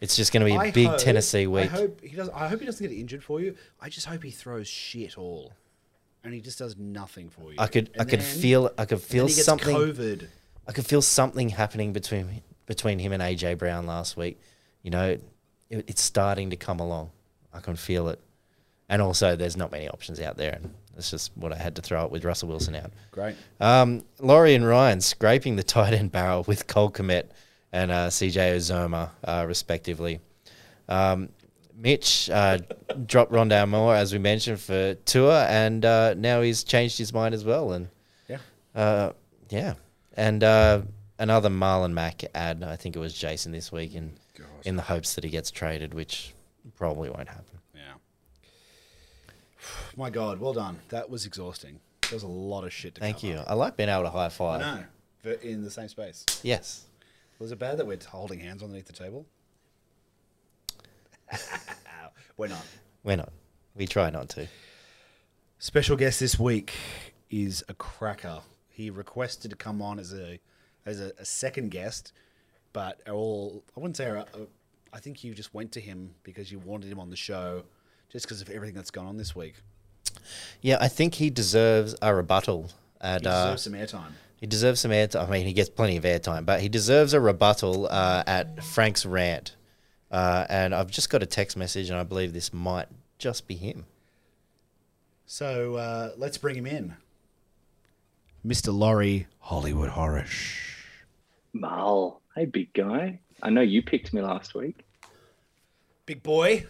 A: It's just going to be a big
B: hope-
A: Tennessee week.
B: I hope he does. I hope he doesn't get injured for you. I just hope he throws shit all, and he just does nothing for you.
A: I could,
B: And
A: I could
B: then-
A: feel, I could
B: and
A: feel
B: he gets
A: something.
B: COVID.
A: I could feel something happening between between him and AJ Brown last week. You know, it, it's starting to come along. I can feel it. And also, there's not many options out there, and that's just what I had to throw up with Russell Wilson out.
B: Great.
A: Um, Laurie and Ryan scraping the tight end barrel with Cole Komet and uh, CJ Ozoma, uh, respectively. Um, Mitch uh, dropped Rondale Moore, as we mentioned, for tour, and uh, now he's changed his mind as well. And
B: Yeah.
A: uh, yeah, and uh, another Marlon Mack ad. I think it was Jason this week, in
B: God.
A: in the hopes that he gets traded, which probably won't happen.
B: Yeah. My God, well done. That was exhausting. There was a lot of shit to
A: Thank
B: cover.
A: you. I like being able to high five.
B: No, but in the same space.
A: Yes.
B: Was it bad that we're holding hands underneath the table? <laughs> we're not.
A: We're not. We try not to.
B: Special guest this week is a cracker. He requested to come on as a as a, a second guest, but are all I wouldn't say. Are, uh, I think you just went to him because you wanted him on the show, just because of everything that's gone on this week.
A: Yeah, I think he deserves a rebuttal. And
B: He
A: uh,
B: deserves some airtime.
A: he deserves some airtime. I mean, he gets plenty of airtime, but he deserves a rebuttal uh, at Frank's rant. Uh, and I've just got a text message, and I believe this might just be him.
B: So uh, let's bring him in, Mr. Laurie Hollywood Horish.
D: Mal, hey big guy. I know you picked me last week.
B: Big boy.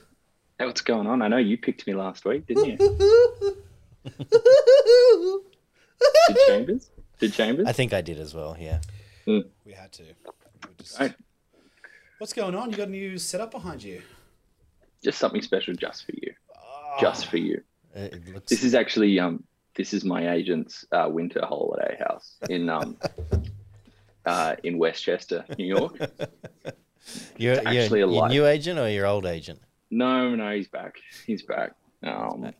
D: Hey, what's going on? I know you picked me last week, didn't you? Did Chambers? Did Chambers?
A: I think I did as well. Yeah.
B: We had to. We just-
D: Right.
B: What's going on? You got a new setup behind you.
D: Just something special just for you.
B: Oh.
D: Just for you.
A: It it looks
D: This is actually um this is my agent's uh, winter holiday house in um uh, in Westchester, New York.
A: you're,
D: it's
A: you're-
D: actually a
A: your
D: lie.
A: new agent or your old agent.
D: No, no, he's back. He's back. Um,
A: back.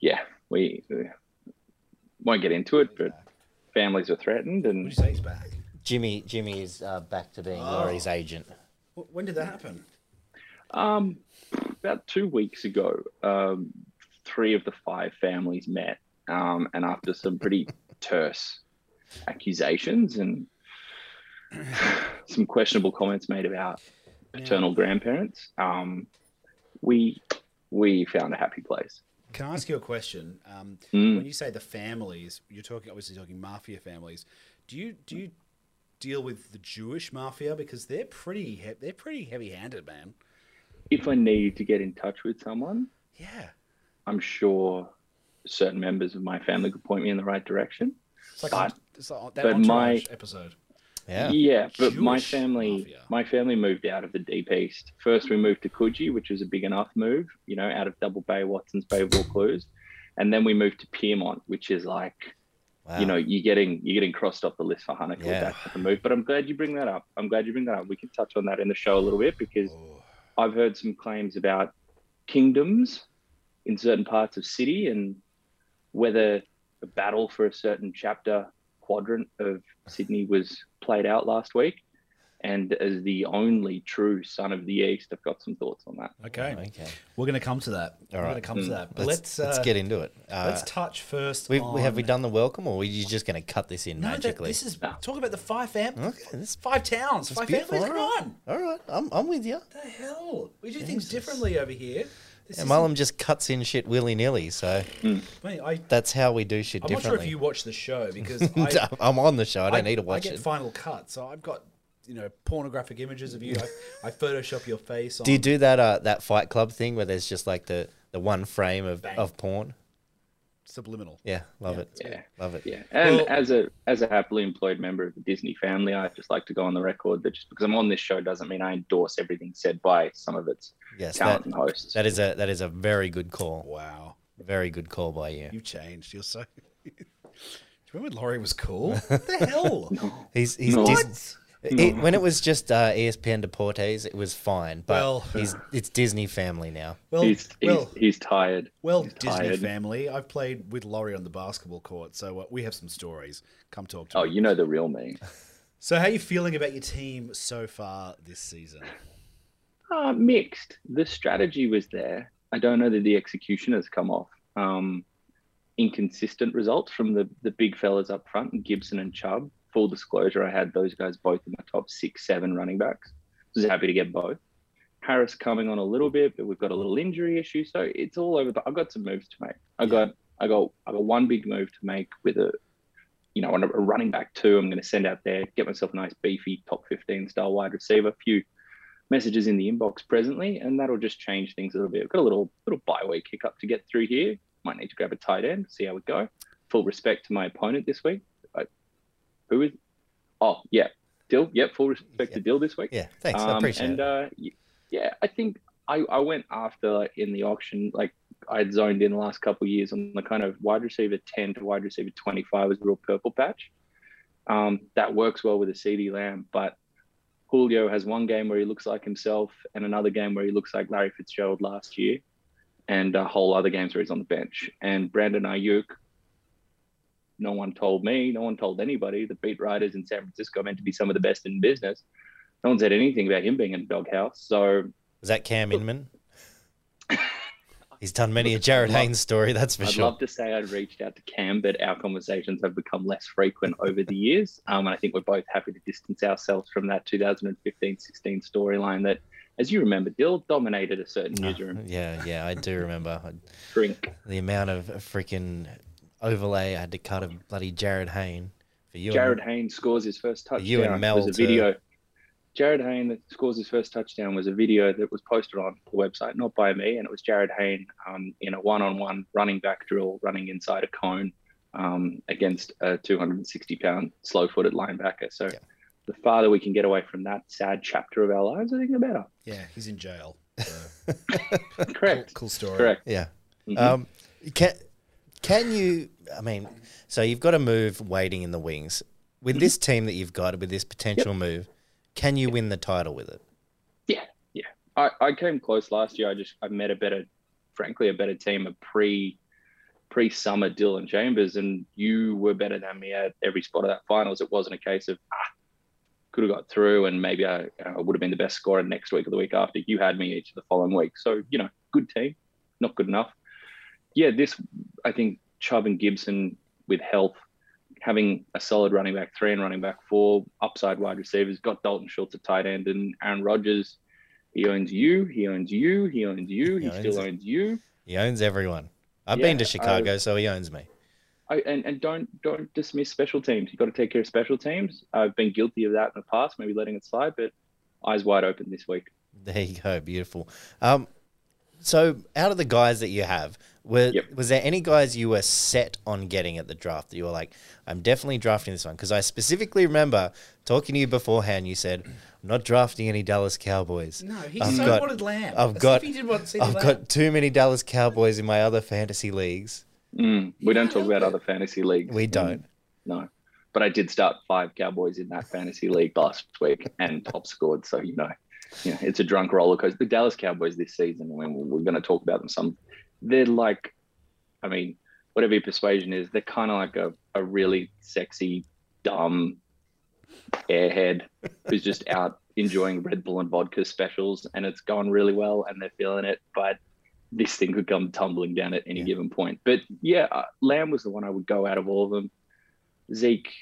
D: yeah, we, we won't get into it, but families are threatened,
B: Would you
D: and
B: say he's back?
A: Jimmy Jimmy is uh, back to being
B: Oh.
A: Laurie's agent.
B: Wh- When did that happen?
D: um, about two weeks ago, um, three of the five families met, um, and after some pretty terse accusations and some questionable comments made about paternal grandparents, um, we we found a happy place.
B: Can I ask you a question? Um,
D: Mm.
B: When you say the families, you're talking obviously talking mafia families. Do you do you deal with the Jewish mafia because they're pretty he- they're pretty heavy handed, man.
D: If I need to get in touch with someone,
B: Yeah,
D: I'm sure certain members of my family could point me in the right direction.
B: it's like
D: But-
B: it's like that
D: but my-
B: Entourage episode.
A: Yeah.
D: but my
B: Jewish
D: family,
B: mafia.
D: my family moved out of the deep east. First, we moved to Coogee, which was a big enough move, you know, out of Double Bay, Watson's Bay, Vaucluse, and then we moved to Piermont, which is like,
A: Wow.
D: you know, you're getting you're getting crossed off the list for Hanukkah
A: Ah. Yeah.
D: with that type of move. But I'm glad you bring that up. I'm glad you bring that up. We can touch on that in the show a little bit because
B: Oh,
D: I've heard some claims about kingdoms in certain parts of city and whether a battle for a certain chapter quadrant of Sydney was played out last week. And as the only true son of the East, I've got some thoughts on that.
B: Okay,
A: Okay.
B: we're going to come to that.
A: All
B: we're
A: right.
B: going to come
D: Mm.
B: to that. But
A: Let's
B: let's
A: let's,
B: uh,
A: get into it. Uh,
B: let's touch first.
A: we, we- have we
B: on-
A: done the welcome, or are you just going to cut this in
B: No, that-
A: magically?
B: this is talk about the five fam.
A: Okay, this-
B: five towns,
A: It's
B: five families.
A: beautiful.
B: Come on,
A: All right, I'm I'm with you.
B: the hell? We do things differently over here. This
A: Yeah,
B: isn't-
A: Mullum just cuts in shit willy nilly, so
B: Mate, I,
A: that's how we do shit
B: I'm not sure
A: differently.
B: if you watch the show because I,
A: <laughs> I'm on the show. I don't need to watch
B: I get
A: it.
B: Final Cut, so I've got you know pornographic images of you. I, I Photoshop your face. On,
A: Do you do that uh, that Fight Club thing where there's just like the, the one frame of,
B: Bang.
A: of porn?
B: subliminal?
A: Yeah, love it.
D: Yeah.
A: Love it.
D: Yeah, and
B: Well-
D: as a as a happily employed member of the Disney family, I just like to go on the record that just because I'm on this show doesn't mean I endorse everything said by some of its
A: Yes,
D: talent
A: that,
D: and hosts.
A: that is a that is a very good call.
B: Wow,
A: Very good call by you.
B: you've changed. You're so. <laughs> do you remember when Laurie was cool?
A: <laughs>
B: What the hell?
A: He's he's
D: No.
A: Dis-
B: What?
A: it, when it was just uh, ESPN Deportes, it was fine. But
B: Well-
D: <laughs>
A: he's it's Disney family now.
B: Well,
D: he's, he's,
B: well,
D: he's tired.
B: well,
D: he's
B: Disney
D: tired.
B: family. I've played with Laurie on the basketball court, so uh, we have some stories. Come talk to
D: Oh,
B: me.
D: you know the real me.
B: So, how are you feeling about your team so far this season?
D: Uh, mixed. The strategy was there. I don't know that the execution has come off. Um, inconsistent results from the, the big fellas up front, and Gibson and Chubb. Full disclosure, I had those guys both in my top six, seven running backs. Was happy to get both. Harris coming on a little bit, but we've got a little injury issue, so it's all over. But I've got some moves to make. I got, I got, I got one big move to make with a, you know, a running back too. I'm going to send out there, get myself a nice beefy top 15 style wide receiver. Few messages in the inbox presently, and that'll just change things a little bit. We've got a little little bye week kick up to get through here. Might need to grab a tight end, see how we go. Full respect to my opponent this week. I, who is? Oh yeah, Dill. Yep, full respect to Dill this week.
A: Yeah, thanks. I
D: Um,
A: appreciate it.
D: and, Uh, y- yeah, I think I, I went after like, in the auction, like I had zoned in the last couple of years on the kind of wide receiver 10 to wide receiver 25 as a real purple patch. Um, that works well with a CD Lamb, but Julio has one game where he looks like himself and another game where he looks like Larry Fitzgerald last year and a whole other games where he's on the bench. And Brandon Ayuk, no one told me, no one told anybody. The beat writers in San Francisco are meant to be some of the best in business. No one said anything about him being in a doghouse. So
A: Is that Cam
D: <laughs>
A: Inman? he's done many a Jared Haynes story, that's for
D: I'd
A: sure.
D: love to say I'd reached out to Cam, but our conversations have become less frequent over the years. Um, and I think we're both happy to distance ourselves from that 2015 16 storyline that, as you remember, Dill dominated a certain newsroom.
A: Yeah, yeah, I do remember I-
D: Drink.
A: the amount of freaking overlay I had to cut of bloody Jared Hayne for you. and-
D: Jared Hayne scores his first touchdown.
A: You and Mel
D: was a
A: to-
D: video. Jared Hayne that scores his first touchdown was a video that was posted on the website, not by me, and it was Jared Hayne um, in a one-on-one running back drill, running inside a cone um, against a 260-pound slow-footed linebacker. So,
A: Yeah.
D: the farther we can get away from that sad chapter of our lives, I think the
A: <laughs>
D: better.
B: Yeah, he's in jail. so-
D: Correct.
B: Cool story.
D: Correct. Mm-hmm.
A: Yeah. Um, can can you? I mean, so you've got a move waiting in the wings
D: Mm-hmm.
A: with this team that you've got with this potential move. Can you win the title with it?
D: Yeah, yeah. I, I came close last year. I just I met a better, frankly, a better team of pre pre summer Dylan Chambers, and you were better than me at every spot of that finals. It wasn't a case of ah, could have got through, and maybe I, I would have been the best scorer next week or the week after. You had me each of the following week, so you know, good team, not good enough. Yeah, this I think Chubb and Gibson with health. Having a solid running back three and running back four, upside wide receivers, got Dalton Schultz at tight end and Aaron Rodgers. He owns you. He owns you. He owns you.
A: He
D: He, still
A: owns-
D: owns you.
A: He owns everyone. I've
D: Yeah,
A: been to Chicago, so he owns me. <laughs>
D: I, and, and don't don't dismiss special teams. You've got to take care of special teams. I've been guilty of that in the past, maybe letting it slide, but eyes wide open this week.
A: There you go, beautiful. Um, so out of the guys that you have, were
D: Yep.
A: was there any guys you were set on getting at the draft that you were like, I'm definitely drafting this one? Because I specifically remember talking to you beforehand. You said, I'm not drafting any Dallas Cowboys.
B: No, he
A: I've
B: so
A: got-
B: wanted Lamb.
A: I've
B: As
A: got-
B: if he did want to see
A: I've
B: Lamb.
A: got too many Dallas Cowboys in my other fantasy leagues.
D: Mm. We don't talk about other fantasy leagues.
A: We
D: Mm,
A: don't.
D: no. But I did start five Cowboys in that fantasy league last week and top scored. So, you know, you know, it's a drunk roller coaster. The Dallas Cowboys this season, when we're going to talk about them some, they're like, I mean, whatever your persuasion is, they're kind of like a, a really sexy, dumb airhead who's just out enjoying Red Bull and vodka specials. And it's gone really well and they're feeling it. But this thing could come tumbling down at any
A: Yeah.
D: given point. But yeah, uh, Lamb was the one I would go out of all of them. Zeke,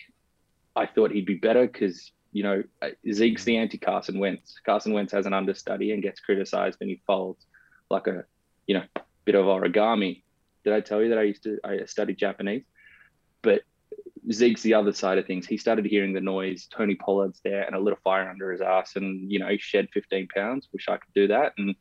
D: I thought he'd be better because you know uh, Zeke's the anti Carson Wentz. Carson Wentz has an understudy and gets criticized when he folds like a you know, bit of origami. Did I tell you that I used to I studied Japanese? But Zeke's the other side of things. He started hearing the noise. Tony Pollard's there, and a little fire under his ass, and you know, he shed 15 pounds. Wish I could do that, and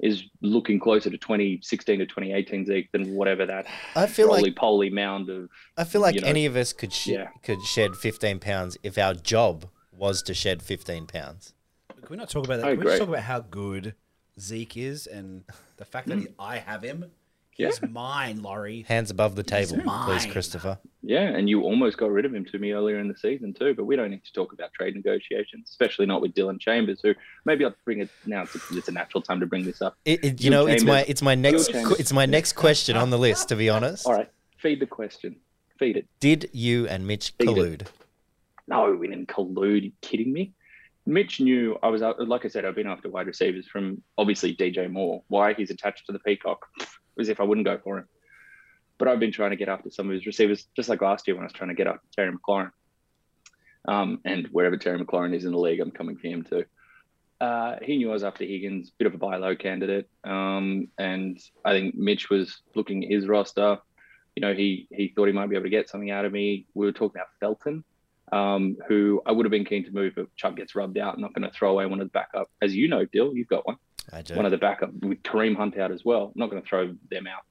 D: is looking closer to 2016 to 2018 Zeke than whatever that
A: I feel
D: roly
A: like
D: poly mound of
A: I feel like
D: you know,
A: any of us could sh-
D: yeah.
A: could shed 15 pounds if our job was to shed 15 pounds.
B: Can we not talk about that?
D: I
B: Can we just
D: agree.
B: talk about how good Zeke is and the fact that he, I have him?
D: Mm. Yeah.
B: He's mine, Laurie.
A: Hands above the table, please,
B: mine.
A: Christopher.
D: Yeah, and you almost got rid of him to me earlier in the season too. But we don't need to talk about trade negotiations, especially not with Dylan Chambers, who maybe I'll bring it now. It's a, it's a natural time to bring this up.
A: It, it, you know,
D: Your
A: it's my
D: chambers.
A: it's my next
D: chambers.
A: qu- it's my next question on the list. To
D: <laughs>
A: be honest,
D: All right, feed the question. Feed it.
A: did you and Mitch
D: Beat it.
A: collude?
D: No, we didn't collude. you kidding me? Mitch knew I was out. Like I said, I've been after wide receivers from obviously DJ Moore. Why he's attached to the Peacock as if I wouldn't go for him. But I've been trying to get after some of his receivers, just like last year when I was trying to get after Terry McLaurin. Um, and wherever Terry McLaurin is in the league, I'm coming for him too. Uh, he knew I was after Higgins, bit of a buy low candidate. Um, and I think Mitch was looking at his roster. You know, he he thought he might be able to get something out of me. We were talking about Felton um, who I would have been keen to move, but Chubb gets rubbed out. Not going to throw away one of the backup, as you know, Dill. You've got one,
A: I do.
D: one of the backup with Kareem Hunt out as well. Not going to throw them out.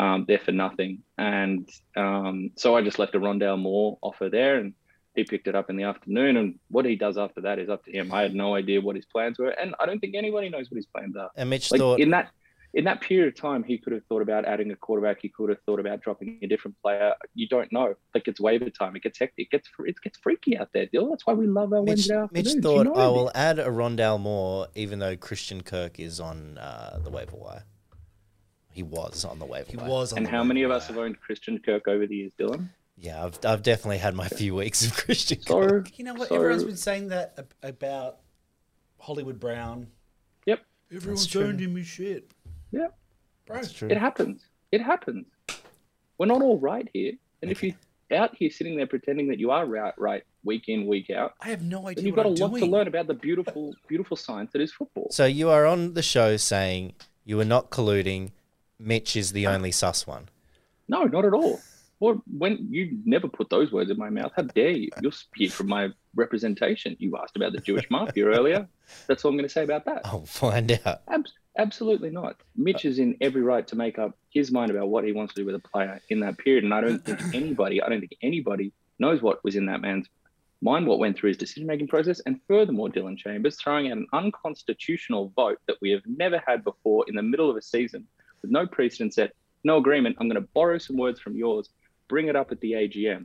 D: Um, they're for nothing, and um, so I just left a Rondell Moore offer there, and he picked it up in the afternoon. And what he does after that is up to him. I had no idea what his plans were, and I don't think anybody knows what his plans are.
A: and Uh, Mitch
D: Like
A: thought,
D: in that in that period of time, he could have thought about adding a quarterback. He could have thought about dropping a different player. You don't know. Like it's waiver time. It gets hectic. It gets it gets freaky out there, Dill. That's why we love our
A: Mitch,
D: Wednesday
A: Mitch
D: afternoons. You
A: thought,
D: know
A: I
D: this.
A: will add a Rondale Moore, even though Christian Kirk is on uh, the waiver wire. He was on the waiver
B: He
A: wire.
B: was on
D: And
B: the
D: how
B: waiver
D: many of us
B: wire.
D: have owned Christian Kirk over the years, Dylan?
A: Yeah, I've, I've definitely had my <laughs> few weeks of Christian Kirk.
D: So
B: You know what?
D: so-
B: Everyone's been saying that ab- about Hollywood Brown.
D: Yep.
B: Everyone's
A: true.
B: turned him his shit.
D: Yep.
B: Bro,
A: That's true.
D: It happens. It happens. We're not all right here. And if you out here sitting there pretending that you are right, right week in week out,
B: I have no
D: then
B: idea
D: you've
B: what
D: got a
B: I'm
D: lot
B: doing.
D: to learn about the beautiful, beautiful science that is football.
A: So you are on the show saying you were not colluding. Mitch is the only sus one.
D: No, not at all. Or when you never put those words in my mouth, how dare you? You're speared from my representation. You asked about the Jewish mafia earlier. That's all I'm going to say about that.
A: I'll find out.
D: Ab- absolutely not. Mitch is in every right to make up his mind about what he wants to do with a player in that period, and I don't think anybody, I don't think anybody knows what was in that man's mind, what went through his decision-making process, and furthermore, Dylan Chambers throwing out an unconstitutional vote that we have never had before in the middle of a season with no precedent set, no agreement. I'm going to borrow some words from yours, bring it up at the AGM.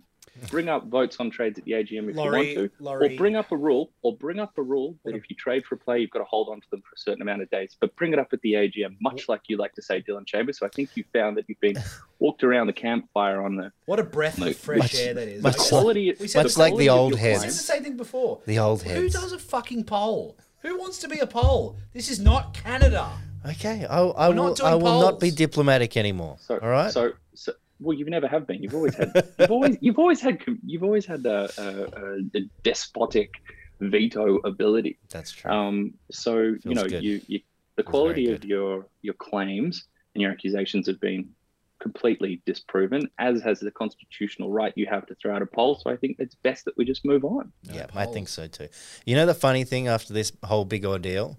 D: Bring up votes on trades at the AGM if
B: Laurie-
D: you want to,
B: Laurie-
D: or bring up a rule, or bring up a rule that if you trade for a player, you've got to hold on to them for a certain amount of days. But bring it up at the AGM, much like you like to say, Dylan Chambers. So I think you found that
A: <laughs>
D: you've been walked around the campfire on the
B: What a breath
D: Mate,
B: of fresh
A: much-
B: air that is.
A: much
B: Like,
A: like-
D: quality.
B: we said
A: much like the
D: quality of
A: old
D: your
B: we
A: heads.
B: said the
D: clients.
B: same thing before.
A: The old
B: Who
A: heads.
B: does a fucking poll? Who wants to be a poll? This is not Canada.
A: Okay, I, I
B: not
A: will.
B: doing
A: I will not be
B: polls.
A: diplomatic anymore.
D: So,
A: all right.
D: So, so well, you've never have been. You've always
A: <laughs>
D: had. You've always. You've always had. com- You've always had a, a, a despotic veto ability.
A: That's true.
D: Um, so you
A: Feels
D: know,
A: good.
D: you, you the
A: very
D: quality of
A: good.
D: your your claims and your accusations have been completely disproven, as has the constitutional right you have to throw out a poll. So I think it's best that we just move on.
A: yeah,
B: No
A: I think so too. You know the funny thing after this whole big ordeal,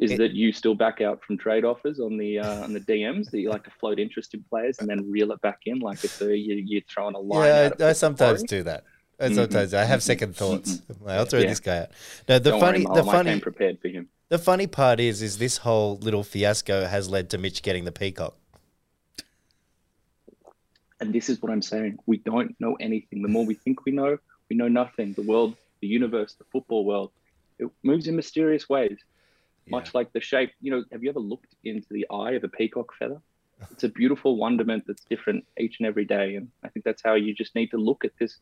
D: Is
A: It-
D: that you still back out from trade offers on the uh, on the DMs that you like to float interest in players and then reel it back in like it's a, you, you're throwing a line.
A: Yeah,
D: out
A: I, I
D: at
A: sometimes
D: Macquarie?
A: do that. I
D: Mhm.
A: sometimes I have second thoughts. I'm like, I'll throw
D: Yeah.
A: this guy out. No, the
D: Don't
A: funny, the
D: worry, Marlon, I came
A: funny,
D: prepared for him.
A: the funny part is, is this whole little fiasco has led to Mitch getting the peacock.
D: And this is what I'm saying. We don't know anything. The more we think we know, we know nothing. The world, the universe, the football world, it moves in mysterious ways, much like the shape. You know, have you ever looked into the eye of a peacock
B: <laughs>
D: feather? It's a beautiful wonderment that's different each and every day. And I think that's how you just need to look at this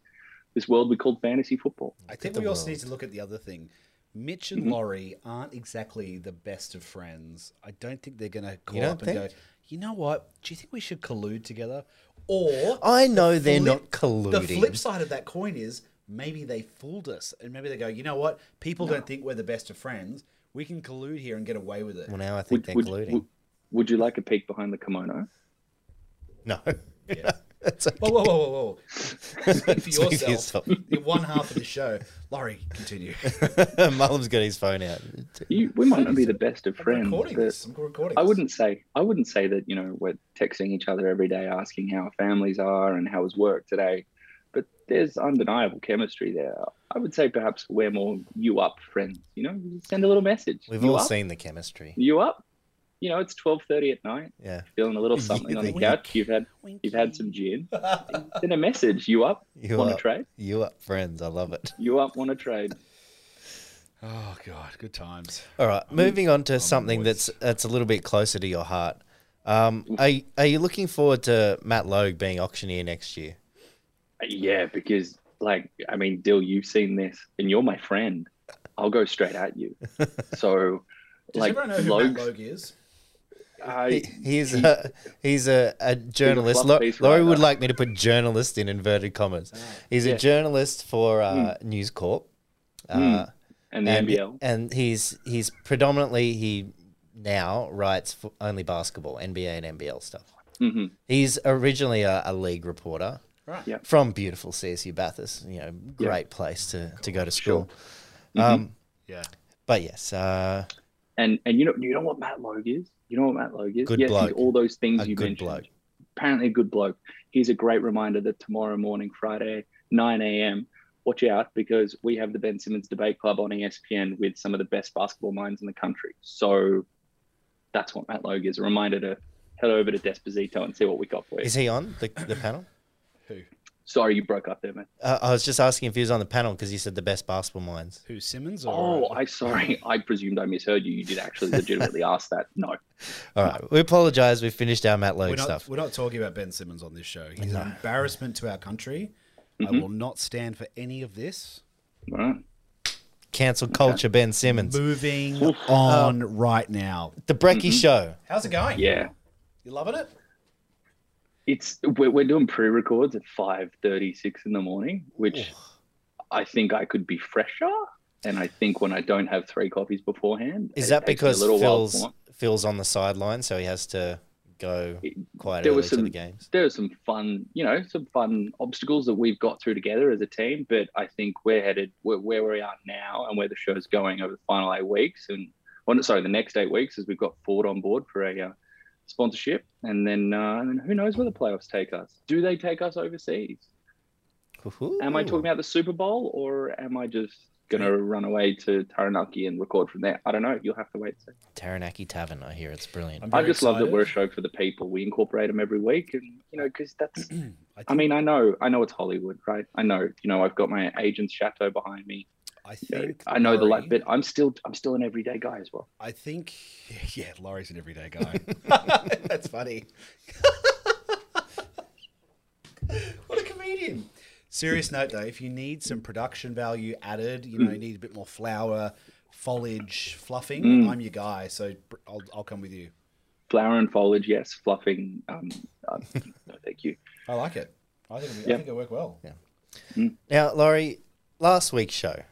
D: this world we call fantasy football.
B: I think
A: the
B: we also
A: world.
B: need to look at the other thing. Mitch and Laurie aren't exactly the best of friends. I don't think they're going to call
A: don't
B: up and
A: think?
B: go, you know what? Do you think we should collude together? Or
A: I know they're not
B: flip- The flip
A: colluding.
B: side of that coin is maybe they fooled us. And maybe they go, you know what? People don't think we're the best of friends. We can collude here and get away with it.
A: Well, now I think
D: Would-
A: they're
D: would-
A: colluding.
D: would- Would you like a peek behind the kimono?
A: No. <laughs> That's okay.
B: Whoa, whoa, whoa, whoa, whoa. Speak for
A: Speak for
B: yourself.
A: yourself.
B: You're one half of the show. Laurie, continue.
A: <laughs> Mullen's got his phone out.
D: You, we might not be the best of
B: I'm
D: friends.
B: recording
D: but-
B: this. I'm recording
D: I
B: this.
D: wouldn't say I wouldn't say that you know we're texting each other every day asking how our families are and how was work today, but there's undeniable chemistry there. I would say perhaps we're more you up friends. You know, You send a little message.
A: We've
D: you
A: all
D: up?
A: seen the chemistry.
D: you up. You know, it's twelve thirty at night,
A: <laughs> Yeah.
D: feeling a little something on the
A: Wink.
D: couch. You've had you've had
A: <laughs>
D: some gin. Send a message. You up?
A: You
D: want
A: up.
D: to trade?
A: You up, friends. I love it.
D: You up? Want to trade?
B: Oh, God. Good times.
A: All right, moving on to something that's that's a little bit closer to your heart. Um, are y- are you looking forward to Matt Logue being auctioneer next year?
D: Yeah, because like I mean, Dill, you've seen this, and you're my friend. I'll go straight at you. So,
B: Does
D: like,
B: everyone know who
D: Logue,
B: Matt Logue is?
D: I,
A: He, he's a he's a, a journalist. Lo-
D: fluff-faced
A: Laurie would
D: writer.
A: like me to put journalist in inverted commas. He's a journalist for uh, News Corp. Uh,
D: and the
A: and,
D: NBL.
A: and he's he's predominantly he now writes for only basketball, NBA and NBL stuff.
D: hmm
A: He's originally a, a league reporter.
B: Right.
D: Yeah.
A: from beautiful CSU Bathurst. You know, great place to, to go to school.
D: Mhm.
A: Um,
B: Yeah.
A: but yes, uh,
D: And and you know you know what Matt Logue is. You know what Matt Logue is.
A: Good
D: yes,
A: bloke.
D: he's all those things
A: A
D: you
A: good
D: mentioned.
A: bloke.
D: Apparently, a good bloke. He's a great reminder that tomorrow morning, Friday, nine a.m. Watch out because we have the Ben Simmons debate club on E ESPN with some of the best basketball minds in the country. So that's what Matt Logue is. A reminder to head over to Desposito and see what we got for you.
A: is he on the, the panel?
B: Who?
D: Sorry, you broke up there, man.
A: Uh, I was just asking if he was on the panel because you said the best basketball minds.
B: Who, Simmons? Or,
D: Oh, I sorry. I presumed I misheard you. You did actually legitimately ask that. No.
A: All right, we apologize. We finished our Matt
B: we're
A: Logue
B: not,
A: stuff.
B: We're not talking about Ben Simmons on this show. He's an embarrassment to our country. I
D: Mm-hmm.
B: will not stand for any of this.
D: All right.
A: Cancel culture, Ben Simmons.
B: Moving on right now.
A: The Brecky
D: Mm-hmm.
A: Show.
B: How's it going?
D: Um, Yeah.
B: You loving it?
D: it's we're, we're doing pre-records at 5.36 in the morning which i think i could be fresher and i think when i don't have three coffees beforehand
A: Is
D: it
A: that
D: takes me a
A: because
D: little while
A: Phil's
D: for-
A: Phil's on the sideline, so he has to go quite
D: there
A: early
D: was
A: to the
D: some-
A: games?
D: there are some fun you know some fun obstacles that we've got through together as a team but i think we're headed we're, where we are now and where the show's going over the final eight weeks and well, no, sorry the next eight weeks is we've got ford on board for a uh, sponsorship and then uh, and who knows where the playoffs take us do they take us overseas Am I
A: Ooh.
D: talking about the Super Bowl or am I just going to run away to Taranaki and record from there? I don't know. You'll have to wait. and see.
A: Taranaki Tavern? I hear it's brilliant.
D: <laughs>
B: I'm
D: I
B: very
D: just love that
B: excited.
D: we're a show for the people. We incorporate them every week. And, you know, because that's,
B: <clears throat> I,
D: I
B: think,
D: mean, I know, I know it's Hollywood, right? I know, you know, I've got my agent's chateau behind me.
B: I
D: You know,
B: think
D: I know the
B: Laurie-
D: light, but I'm still, I'm still an everyday guy as well.
B: I think, <laughs> yeah, Laurie's an everyday guy. <laughs> That's funny. what a comedian. Serious note though, if you need some production value added, you
D: Mm.
B: know, you need a bit more flower, foliage, fluffing,
D: Mm.
B: I'm your guy. So br- I'll, I'll come with you.
D: Flower and foliage, yes. Fluffing, um, uh, <laughs> no, thank you.
B: I like it. I think, it'll be- I
D: Yeah.
B: think it'll work well.
A: Now, Laurie, last week's show,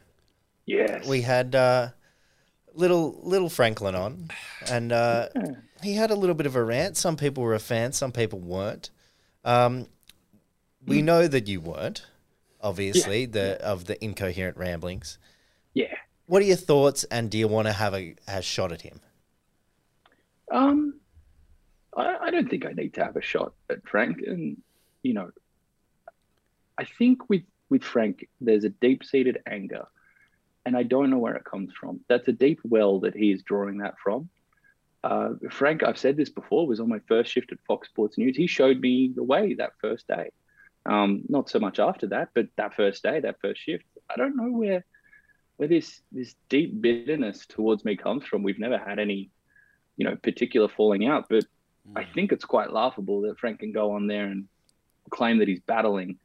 D: Yes.
A: we had uh, little little Franklin on, and uh,
D: Hmm.
A: he had a little bit of a rant. Some people were a fan, some people weren't. Um,
D: Hmm.
A: we know that you weren't, obviously, the of the incoherent ramblings.
D: yeah.
A: What are your thoughts, and do you want to have a, a shot at him?
D: Um, I, I don't think I need to have a shot at Frank, and you know, I think with with Frank, there's a deep seated anger, and I don't know where it comes from. That's a deep well that he is drawing that from. Uh, Frank, I've said this before, was on my first shift at Fox Sports News. He showed me the way that first day. Um, not so much after that, but that first day, that first shift, I don't know where where this this deep bitterness towards me comes from. We've never had any you know, particular falling out. But
B: Mm.
D: I think it's quite laughable that Frank can go on there and claim that he's battling,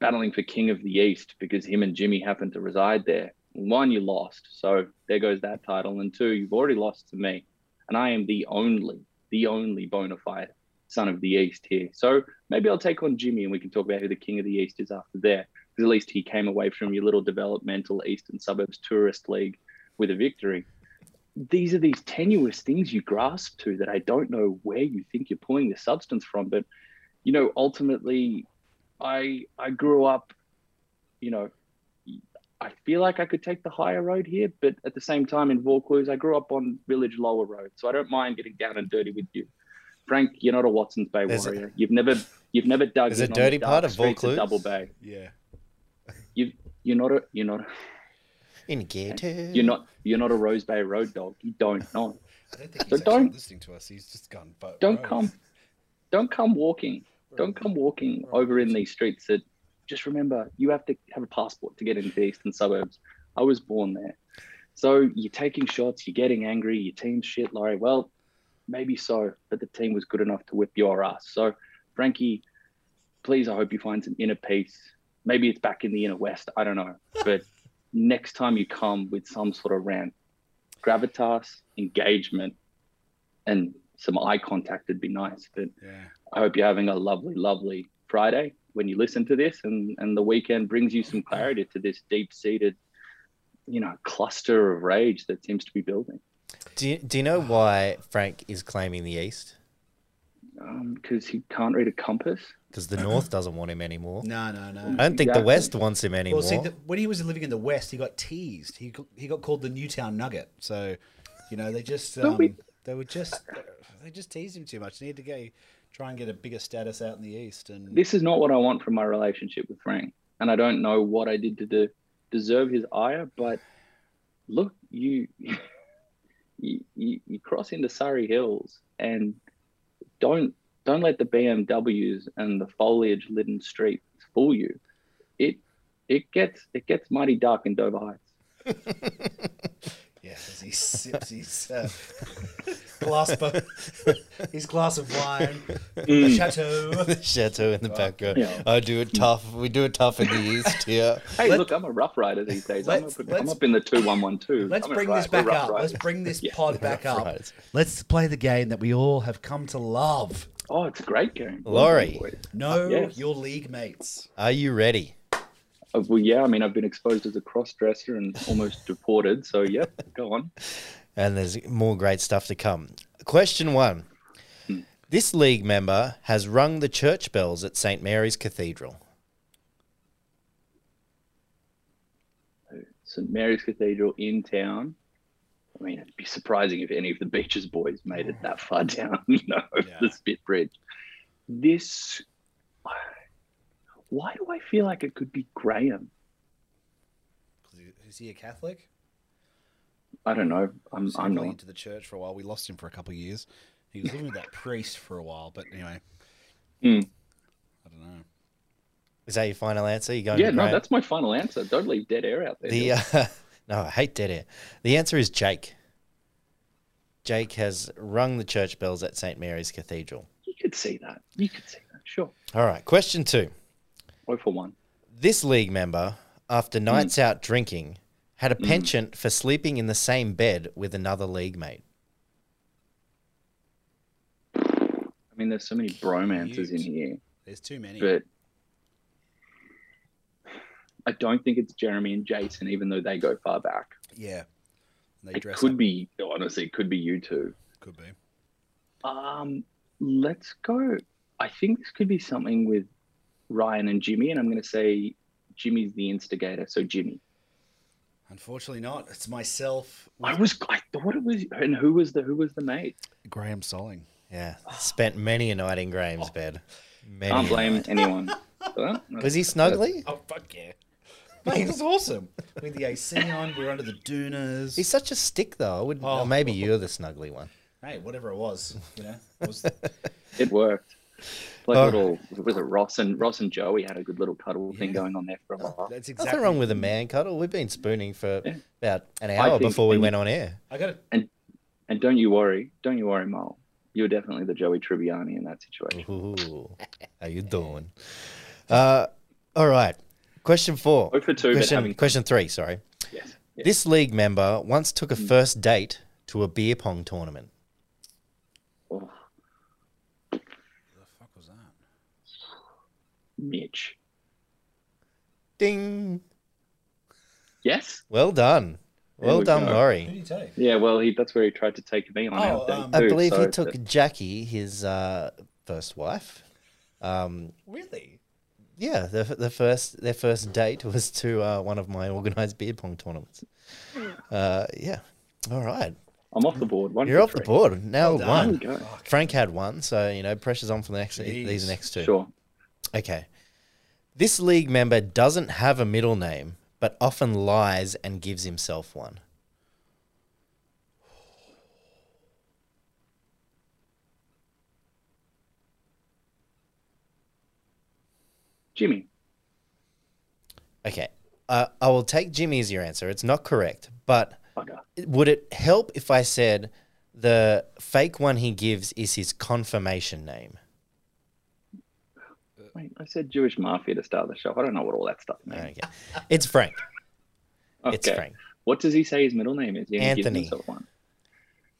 D: battling for King of the East because him and Jimmy happen to reside there. One, you lost, so there goes that title, and two, you've already lost to me, and I am the only, the only bona fide son of the East here. So maybe I'll take on Jimmy, and we can talk about who the King of the East is after there. Because at least he came away from your little developmental Eastern Suburbs Tourist League with a victory these are these tenuous things you grasp to that I don't know where you think you're pulling the substance from, but you know, ultimately, I I grew up, you know, I feel like I could take the higher road here, but at the same time, in Vaucluse, I grew up on village lower road, so I don't mind getting down and dirty with you, Frank. You're not a Watson's Bay
A: There's a-
D: warrior. you've never you've never dug
A: There's a
D: in on
A: dirty
D: the dark
A: part of
D: streets
A: Vaucluse?
D: Double Bay.
B: Yeah.
D: You're not a you're not a,
A: In ghetto.
D: you're not you're not a Rose Bay road dog. You don't know.
E: I don't think
D: So
E: he's actually
D: don't-
E: listening to us. He's just gone. But
D: Don't
E: roads.
D: come, don't come walking. Don't come walking over in these streets. That just remember, you have to have a passport to get into the eastern suburbs. I was born there, so you're taking shots. You're getting angry. Your team's shit, Laurie. Well, maybe so, but the team was good enough to whip your ass. So, Frankie, please, I hope you find some inner peace. Maybe it's back in the inner west. I don't know, but next time you come with some sort of rant, gravitas, engagement, and some eye contact would be nice. But
B: Yeah.
D: I hope you're having a lovely, lovely Friday when you listen to this, and and the weekend brings you some clarity to this deep-seated, you know, cluster of rage that seems to be building.
A: Do you, do you know why Frank is claiming the East?
D: Because he Um, can't read a compass.
A: Because the North doesn't want him anymore.
B: No, no, no.
A: I don't think the
D: Uh-huh. Exactly.
A: West wants him anymore.
B: Well, see, the, when he was living in the West, he got teased. He got- he got called the Newtown Nugget. So, you know, they just um,
D: we-
B: they were just they just teased him too much. They need to go try and get a bigger status out in the East. And
D: This is not what I want from my relationship with Frank, and I don't know what I did to de- deserve his ire. But look, you, <laughs> you you you cross into Surrey Hills, and don't don't let the BMWs and the foliage-laden streets fool you. It it gets it gets mighty dark in Dover Heights.
B: yes, as he sips his uh, <laughs> glass, bu- his glass of <laughs> wine, the
D: Mm.
A: <laughs>
B: chateau.
A: the chateau in the background.
D: Yeah.
A: I do it tough. We do it tough in the
D: <laughs>
A: East here.
D: Hey, look, I'm a rough rider these days. I'm
B: let's-
D: up, I'm
B: let's-
D: up in the two one one two.
B: Let's bring this back up. Let's bring
D: <laughs>
B: this pod back up.
A: Riders.
B: Let's play the game that we all have come to love.
D: Oh, it's a great game,
A: Laurie.
D: Boys.
B: Know
D: Uh, Yes.
B: your league mates.
A: Are you ready?
D: Uh, well, yeah, I mean, I've been exposed as a cross dresser and almost deported.
A: <laughs>
D: So, yep, go on.
A: And there's more great stuff to come. Question one.
D: Hmm.
A: This league member has rung the church bells at St. Mary's Cathedral.
D: St. Mary's Cathedral in town. I mean, it'd be surprising if any of the Beaches boys made it that far <laughs> down, you know, the Spit Bridge. This. Why do I feel like it could be Graham?
B: Is he a Catholic?
D: I don't know. I'm,
B: was
D: I'm
B: heavily
D: not.
B: into the church for a while. We lost him for a couple of years. He was living with that priest for a while, but anyway.
D: Hmm.
B: I don't know.
A: Is that your final answer? You going
D: Yeah,
A: to
D: no,
A: Graham?
D: that's my final answer. Don't leave dead air out there.
A: The uh, <laughs> no, I hate dead air. The answer is Jake. Jake has rung the church bells at St Mary's Cathedral.
D: you could see that. You could see that. Sure.
A: All right, question two.
D: Go for one.
A: This league member, after
D: Hmm.
A: nights out drinking, had a penchant for sleeping in the same bed with another league mate.
D: I mean, there's so many bromances in
B: Cute.
D: here.
B: There's too many.
D: but I don't think it's Jeremy and Jason, even though they go far back.
B: yeah. They
D: It
B: dress
D: could
B: up.
D: be, honestly, it could be you two.
B: Could be.
D: Um, let's go. I think this could be something with Ryan and Jimmy, and I'm going to say Jimmy's the instigator, so Jimmy.
B: Unfortunately not. It's myself
D: I
B: with
D: was, I thought it was, and who was the, who was the mate?
B: Graham Soling.
A: Yeah, spent many a night in Graham's bed. Many
D: Oh. Can't
A: a
D: blame
A: night.
D: anyone. Well,
A: Was he snuggly?
B: Oh fuck yeah. Mate, it's awesome. With the AC on, we're under the Dooners.
A: He's such a stick, though. I wouldn't.
B: Oh.
A: Or maybe you're the snuggly one.
B: Hey, whatever it was, you know. It
D: <laughs>
B: was
D: It worked. Like
A: Oh.
D: little, was it Ross and Ross and Joey had a good little cuddle thing
B: Yeah.
D: going on there for a while.
B: that's exactly
A: Nothing wrong with a man cuddle. We've been spooning for
D: Yeah.
A: about an hour
D: think-
A: before we
D: and-
A: went on air. <laughs>
B: I got it.
D: And don't you worry, don't you worry, Mal. You're definitely the Joey Tribbiani in that situation.
A: Ooh, how you doing? Uh, all right. Question four.
D: Oh for two, but
A: question,
D: having
A: question three, sorry.
D: yes, yes.
A: This league member once took
D: Hmm.
A: a first date to a beer pong tournament.
B: What
D: Oh,
B: the fuck was that?
D: Mitch.
A: Ding.
D: Yes,
A: Well done. Well
D: we
A: done,
D: go.
A: Laurie.
B: Who do you take?
D: Yeah, well, he, that's where he tried to take me on
B: Oh,
D: our date
B: um,
A: I
D: too,
A: believe
D: so
A: he took
D: that-
A: Jackie, his uh, first wife. Um,
B: Really?
A: yeah, the, the first their first date was to uh, one of my organized beer pong tournaments. Uh, yeah, all right,
D: I'm off the board. One
A: you're
D: for
A: off the
D: three.
A: board now.
B: done.
A: one
D: There we go.
A: Frank had one, so you know pressure's on for the next these
B: Jeez.
A: next two.
D: Sure.
A: Okay, this league member doesn't have a middle name, but often lies and gives himself one.
D: Jimmy.
A: Okay, uh, I will take Jimmy as your answer. It's not correct, but
D: Bugger.
A: would it help if I said the fake one he gives is his confirmation name?
D: Wait, I said Jewish mafia to start the show. I don't know what all that stuff means.
A: Okay. It's Frank.
D: Okay.
A: It's Frank.
D: What does he say his middle name is? He gives
A: Anthony.
D: himself one.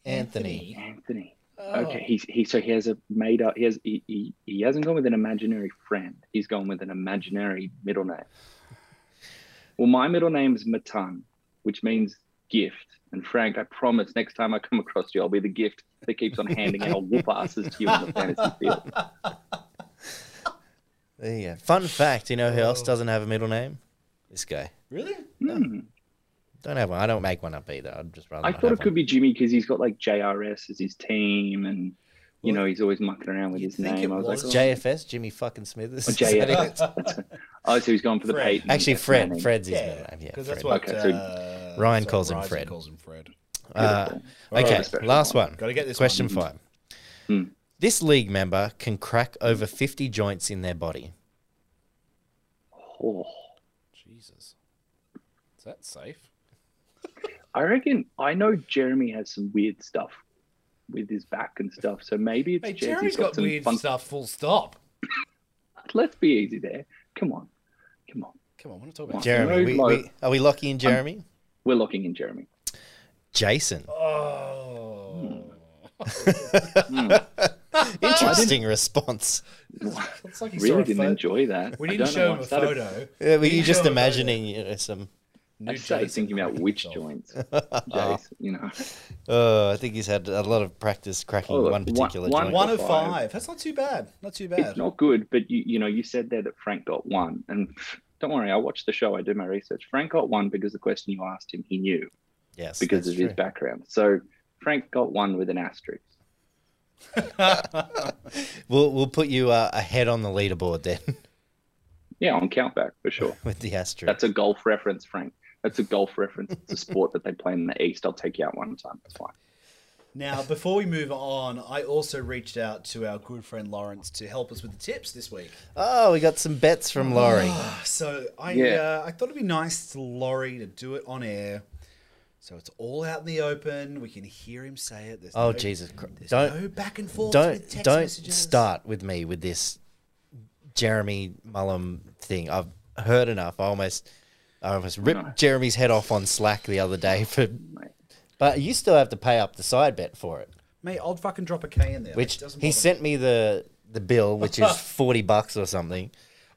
A: Anthony.
D: Anthony. Okay, he's he so he has a made up he has he, he, he hasn't gone with an imaginary friend. He's gone with an imaginary middle name. Well, my middle name is Matan, which means gift. And Frank, I promise next time I come across you, I'll be the gift that keeps on handing out whoop asses to you on the fantasy field.
A: There you go. Fun fact, you know who
D: Oh.
A: else doesn't have a middle name? This guy.
B: Really?
D: Hmm.
A: Don't have one. I don't make one up either. I'd just rather
D: I
A: not
D: thought
A: have
D: it could
A: one.
D: be Jimmy because he's got like JRS as his team, and you
B: Well,
D: know he's always mucking around with
B: you'd
D: his
B: think
D: name.
B: it
D: I was,
B: was
D: like, oh,
A: JFS, Jimmy fucking Smith. is- <laughs>
B: Ah,
D: JFS. oh, so he's gone for the
B: Fred.
D: Peyton.
A: Actually,
D: that's my
A: Fred.
D: name.
A: Fred's his middle
B: yeah,
A: name. Yeah,
B: because that's
A: Fred.
B: what
D: Okay, so
B: uh,
A: Ryan
B: so
A: calls him
B: Ryzen
A: Fred.
B: Calls him Fred.
A: Uh,
D: Beautiful.
A: okay,
D: Alright.
A: last one.
B: Gotta get this
A: Question
B: one.
A: five.
D: Hmm.
A: This league member can crack over 50 joints in their body.
D: Oh,
B: Jesus, is that safe?
D: I reckon I know Jeremy has some weird stuff with his back and stuff. So maybe it's
B: Hey,
D: Jeremy's
B: Jerry's got,
D: some
B: weird
D: fun-
B: stuff. Full stop.
D: Let's be easy there. Come on, come on.
B: Come on, we're not talking about.
A: Jeremy,
D: Oh, No,
A: we,
D: no.
A: we, are we locking in Jeremy?
D: We're locking in Jeremy.
A: Jason.
B: Oh,
A: Interesting <laughs> response.
B: it's like he saw
D: Really
B: a
D: didn't
B: photo.
D: enjoy that.
B: We
D: I
B: didn't
D: don't know
B: show
D: why
B: him
D: I
B: a
D: started-
B: photo.
A: Uh, Were you
B: didn't
A: just
B: show him a photo.
A: imagining you know, some?
B: New
D: I started
B: Jason
D: thinking about
B: Bourne
D: which
B: himself.
D: joints. Jace, you know. <laughs>
A: Oh, I think he's had a lot of practice cracking
D: Oh, look,
A: one
D: one-
A: particular
D: one-
A: joint.
B: One of
D: Five.
B: five. That's not too bad. Not too
D: it's
B: bad.
D: not good, but you you know you said there that Frank got one, and <laughs> pff, don't worry, I watched the show, I did my research. Frank got one because the question you asked him, he knew
A: yes,
D: because
A: that's
D: of his
A: true.
D: background. So Frank got one with an asterisk.
A: We'll we'll put you uh, ahead on the leaderboard then <laughs>
D: Yeah, on countback for sure.
A: with the asterisk.
D: That's a golf reference, Frank. That's a golf reference. It's a sport that they play in the East. I'll take you out one time. That's fine.
B: Now, before we move on, I also reached out to our good friend Lawrence to help us with the tips this week.
A: oh, we got some bets from Laurie.
B: <sighs> So I
D: Yeah.
B: uh, I thought it'd be nice to Laurie to do it on air, so it's all out in the open. We can hear him say it. There's
A: Oh
B: no,
A: Jesus Christ!
B: There's
A: Don't
B: no back and forth. with
A: don't
B: text
A: don't
B: messages.
A: start with me with this Jeremy Mullum thing. I've heard enough. I almost I almost ripped
D: No.
A: Jeremy's head off on Slack the other day for. But you still have to pay up the side bet for it.
B: Mate, I'll fucking drop a K in there. It
A: which
B: doesn't
A: he
B: bother me.
A: sent me the the bill, which
B: <laughs>
A: is forty bucks or something.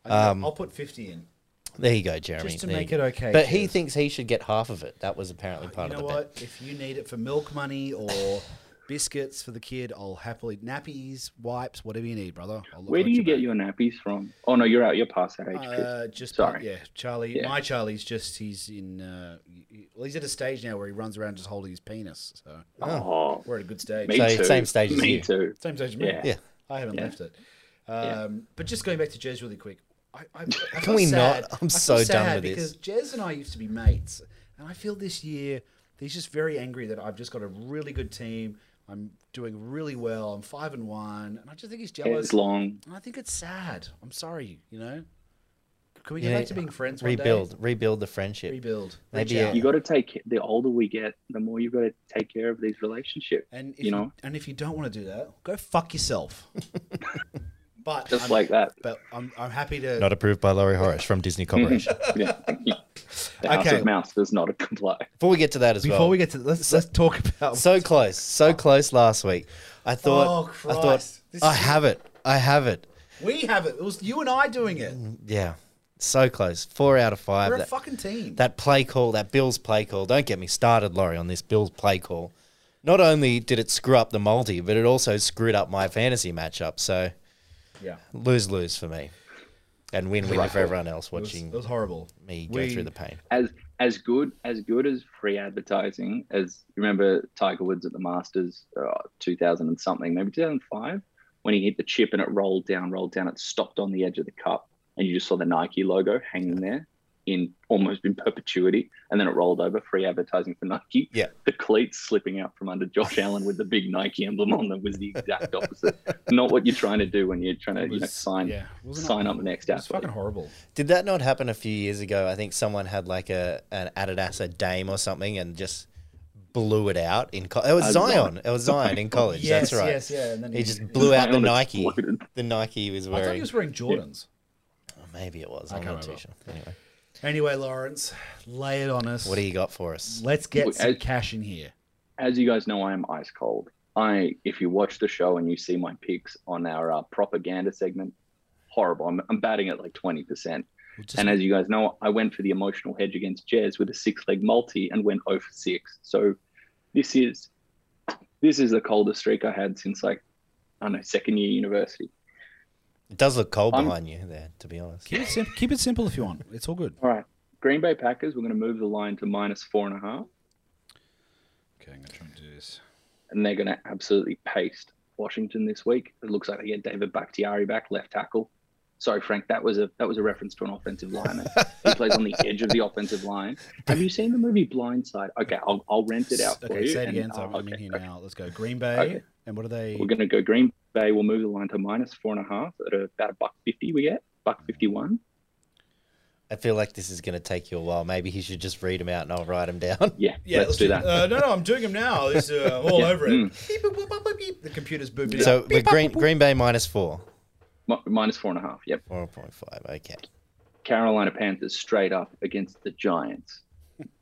B: I know,
A: um,
B: I'll put fifty in.
A: There you go, Jeremy.
B: Just to
A: There you
B: make
A: go.
B: it okay,
A: But he
B: cheers.
A: thinks he should get half of it. That was apparently part
B: You
A: of
B: know
A: the
B: what?
A: bet.
B: If you need it for milk money
A: <sighs>
B: or biscuits for the kid, I'll happily nappies, wipes, whatever you need, brother. I'll look
D: Where
B: out
D: do you
B: your
D: get your nappies from? Oh no, you're out. You're past that age. Chris.
B: Uh, just
D: Sorry.
B: yeah, Charlie.
D: Yeah.
B: My Charlie's just he's in. Uh, y- y- well, he's at a stage now where he runs around just holding his penis. So
D: oh,
B: we're at a good stage.
D: me
A: So,
D: too.
A: same stage as
D: me
A: you.
D: too.
B: Same stage as me.
D: Yeah.
A: Yeah.
B: I haven't
D: Yeah.
B: left it. Um, But just going back to Jez really quick. I, I,
A: <laughs>
B: I
A: Can
B: feel
A: we
B: sad.
A: not? I'm
B: I feel
A: so done
B: sad
A: with
B: because
A: this.
B: Jez and I used to be mates, and I feel this year he's just very angry that I've just got a really good team. I'm doing really well. I'm five and one, and I just think he's jealous.
D: It's long.
B: And I think it's sad. I'm sorry, you know. Can we
A: You
B: get
A: know,
B: back to being friends? one day?
A: Rebuild, rebuld the friendship.
B: rebuild.
A: Maybe
B: Reach out.
A: Yeah.
D: You got to take the older we get, the more you've got to take care of these relationships.
B: and if
D: you know,
B: and if you don't want to do that, go fuck
A: <laughs>
B: yourself. but
D: just
B: I'm,
D: like that.
B: but I'm, I'm happy to.
A: Not approved by Laurie Horash from Disney Corporation.
D: Yeah. thank you. The House
B: Okay.
D: of Mouse does <laughs> not comply.
A: <laughs> Before we get to that as
B: before
A: well,
B: we get to let's let's talk about. <laughs>
A: so close, so close last week. I thought,
B: Oh,
A: I thought,
B: Christ. This
A: I
B: is-
A: have it, I have it.
B: we have it. It was you and I doing it.
A: Yeah, So close. Four out of 5
B: We're a
A: Mm. That-
B: fucking team.
A: that play call, that Bills play call. Don't get me started, Laurie, on this Bills play call. Not only did it screw up the multi, but it also screwed up my fantasy matchup. So
B: yeah.
A: lose lose for me, and win win for everyone else
B: It was,
A: watching
B: it was horrible.
A: me go
B: we-
A: through the pain.
D: as as good as good as free advertising as you remember Tiger Woods at the Masters, uh, two thousand and something, maybe two thousand five, when he hit the chip and it rolled down, rolled down, it stopped on the edge of the cup, and you just saw the Nike logo hanging there in almost in perpetuity, and then it rolled over, free advertising for Nike.
A: Yeah.
D: the cleats slipping out from under Josh Allen with the big Nike emblem on them was the
A: <laughs>
D: exact opposite. Not what you're trying to do when you're trying to you know,
B: was-
D: sign
B: yeah, wasn't it-
D: sign up next
B: It was
D: athlete.
B: fucking horrible.
A: Did that not happen a few years ago? I think someone had like a an Adidas a Dame or something and just blew it out in college. It was
D: Uh,
A: Zion. It was Zion in college.
B: Yes,
A: That's right.
B: yes, yeah. And then
A: He just blew out the
D: Zion
A: Nike.
D: exploded.
A: The Nike he was
B: I thought
A: wearing.
B: he was wearing Jordans.
A: Oh, maybe it was.
B: I
A: I'm
B: can't
A: not too
B: remember.
A: sure. Anyway,
B: Anyway, Lawrence, lay it on us.
A: what do you got for us?
B: Let's get
D: Wait,
B: some
D: I-
B: cash in here.
D: as you guys know, I am ice cold. I, if you watch the show and you see my picks on our uh, propaganda segment, horrible. I'm, I'm batting at like 20%.
B: We'll just-
D: And as you guys know, I went for the emotional hedge against Jez with a six leg multi and went 0 for 6. So this is this is the coldest streak I had since like, I don't know, second year university.
A: It does look cold
D: I'm-
A: behind you there, to be honest.
B: keep, it sim- keep it simple if you want. It's all
D: <laughs>
B: good.
D: All right. Green Bay Packers, we're going to move the line to minus four and a half,
B: Okay, I'm going to try and do this.
D: and they're going to absolutely paste Washington this week. It looks like they get David Bakhtiari back, left tackle. Sorry, Frank, that was a that was a reference to an offensive lineman. he plays
B: <laughs>
D: on the edge of the offensive line. Have you seen the movie Blindside? Okay, I'll, I'll rent it out for
B: Okay,
D: you.
B: say it
D: and,
B: again.
D: uh,
B: So I'm in
D: okay,
B: here
D: okay.
B: now. Let's go. Green Bay.
D: Okay.
B: And what are they?
D: We're going to go Green Bay. We'll move the line to minus four and a half at about a buck fifty. We get buck fifty one.
A: I feel like this is going to take you a while. Maybe he should just read them out and I'll write them down.
D: Yeah, let's, do that.
B: Uh, no, no, I'm doing them now. It's uh, all over it.
D: Mm.
B: Beep, boop, boop, boop, boop, beep. The computer's booped
A: <laughs>
B: it
A: So
B: up.
A: the Green Green Bay minus four,
D: Mi- minus four and a half. Yep.
A: four point five. Okay,
D: Carolina Panthers straight up against the Giants.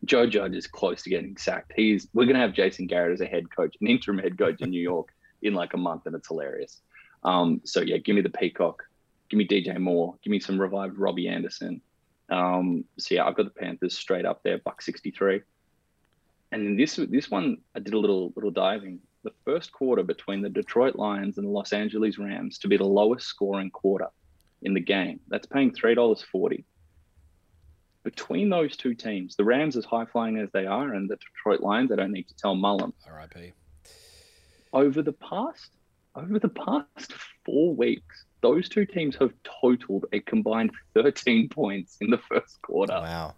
D: Joe Judge is close to getting sacked. He's we're gonna have Jason Garrett as a head coach, an interim head coach in New York in like a month, and it's hilarious. Um, so yeah, give me the Peacock, give me DJ Moore, give me some revived Robbie Anderson. Um, so yeah, I've got the Panthers straight up there, buck sixty three. And then this this one, I did a little little diving. The first quarter between the Detroit Lions and the Los Angeles Rams to be the lowest scoring quarter in the game. That's paying three dollars forty. Between those two teams, the Rams as high flying as they are, and the Detroit Lions, I don't need to tell Mullen.
B: RIP.
D: Over the past over the past four weeks, those two teams have totaled a combined thirteen points in the first quarter
A: wow.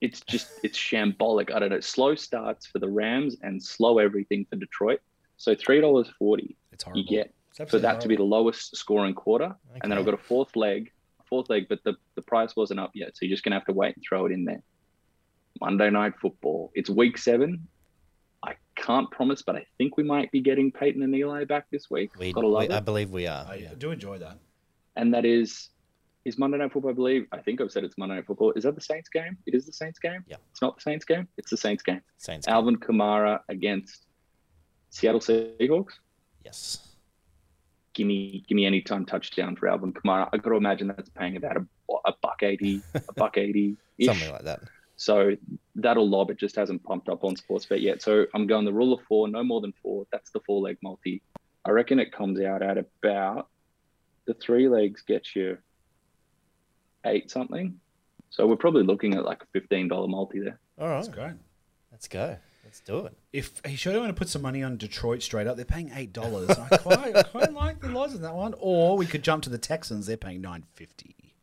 D: it's just it's shambolic. I don't know. Slow starts for the Rams and slow everything for Detroit. So three dollars forty
B: It's horrible.
D: you get
B: It's
D: for
B: absolutely
D: that to be the lowest scoring quarter, and then I've
A: Okay.
D: got a fourth leg, a fourth leg, but the the price wasn't up yet, so you're just gonna have to wait and throw it in there. Monday night football. It's week seven. I can't promise, but I think we might be getting Peyton and Eli back this week.
A: We,
D: Gotta love
A: we- I
D: it.
A: believe we are.
B: horrible.
A: yeah.
B: I do enjoy that.
D: And that is is Monday night football. I believe. I think I've said it's Monday night football. Is that the Saints game? It is the Saints game.
A: Yeah.
D: It's not the Saints game. It's the Saints game.
A: Saints.
D: Alvin Kamara against Seattle Seahawks.
A: Yes.
D: Give me, give me any time touchdown for Alvin Kamara. I got to imagine that's paying about a, a buck eighty, a
A: <laughs>
D: buck eighty,
A: Something like that.
D: so that'll lob. It just hasn't pumped up on Sportsbet yet. So I'm going the rule of four, no more than four. That's the four leg multi. I reckon it comes out at about the three legs gets you eight something. So we're probably looking at like a fifteen dollar multi there.
A: All right.
B: It's great.
A: Let's go. Let's do it.
B: If he showed want to put some money on Detroit straight up, they're paying eight dollars. I <laughs> quite, I quite like the odds in that one. Or we could jump to the Texans; they're paying nine fifty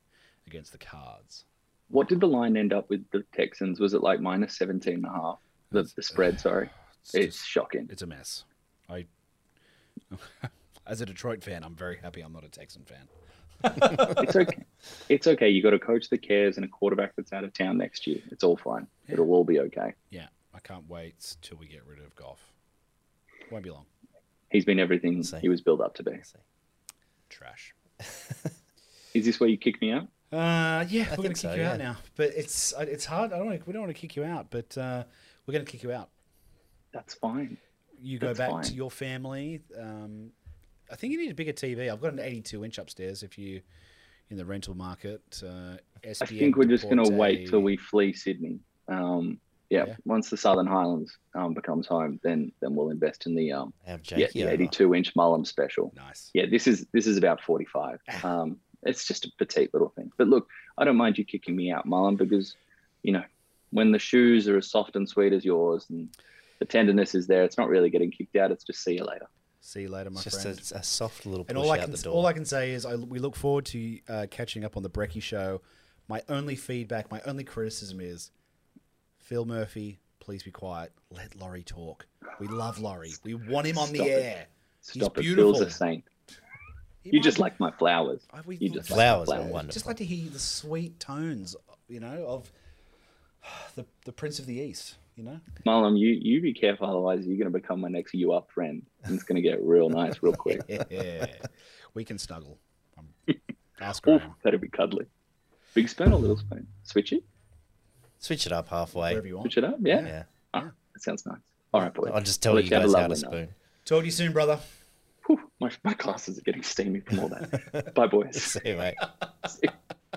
B: against the Cards.
D: What did the line end up with the Texans? Was it like minus 17 and a half? The, the spread, sorry. It's,
B: just-
D: shocking.
B: It's a mess. I, <laughs> as a Detroit fan, I'm very happy I'm not a Texan fan.
D: It's okay. It's okay. You got a coach that cares and a quarterback that's out of town next year. It's all fine. It'll all be okay.
B: Yeah, I can't wait till we get rid of Goff. Won't be long.
D: He's been everything
A: See.
D: he was built up to be.
B: Trash.
D: Is this where you kick me out?
B: Uh, yeah, we're gonna
A: think
B: kick
A: so,
B: you out
A: yeah.
B: now, but it's it's hard. I don't want to, we don't want to kick you out, but uh, we're gonna kick you out.
D: That's fine.
B: you go
D: That's
B: back to
D: fine.
B: your family. Um, I think you need a bigger TV. I've got an 82 inch upstairs. If you in the rental market. Uh,
D: I
B: SBM
D: think we're just going to wait
B: Deporte.
D: till we flee Sydney. Um, yeah,
B: Yeah.
D: once the Southern Highlands um, becomes home, then then we'll invest in the um,
A: Have
D: yeah,
A: Jakey
D: the
A: over.
D: 82 inch Mullum special.
B: Nice.
D: Yeah, this is this is about 45.
A: <laughs>
D: Um, it's just a petite little thing. But look, I don't mind you kicking me out, Mullum, because you know when the shoes are as soft and sweet as yours and the tenderness is there, it's not really getting kicked out. It's just see you later.
B: See you later, my
A: It's just
B: friend.
A: a, a soft little push
B: and all I
A: out
B: can
A: the door.
B: all I can say is I, we look forward to uh, catching up on the Brecky show. My only feedback, my only criticism is Phil Murphy. Please be quiet. Let Laurie talk. We love Laurie. We want him on
D: Stop
B: the
D: it.
B: air.
D: Stop
B: He's
D: it,
B: beautiful.
D: Phil's a saint.
B: He
D: You
B: might-
D: just like my flowers.
B: I- we-
D: You just like my
A: Flowers are
D: flowers.
A: wonderful.
B: just like to hear the sweet tones, you know, of the the Prince of the East.
A: <laughs>
B: You know,
D: Marlon, you, you be careful, otherwise you're going to become my next you up friend. And it's going to get real nice real quick.
A: <laughs>
B: yeah, we can snuggle. Um, ask
D: Oof,
B: Graham
D: that'd be cuddly. Big spoon or little spoon? Switch it?
A: Switch it up halfway.
B: wherever you want.
D: Switch it up? Yeah?
A: Yeah.
D: Ah, that sounds nice. All right, boys.
A: I'll just tell
D: Well,
A: you
D: it's had a
A: guys how to
D: lovely
A: spoon.
B: Talk to you soon, brother.
D: night. Whew, my, my glasses are getting steamy from all <laughs> that. Bye,
A: <laughs>
D: boys.
A: See you, mate.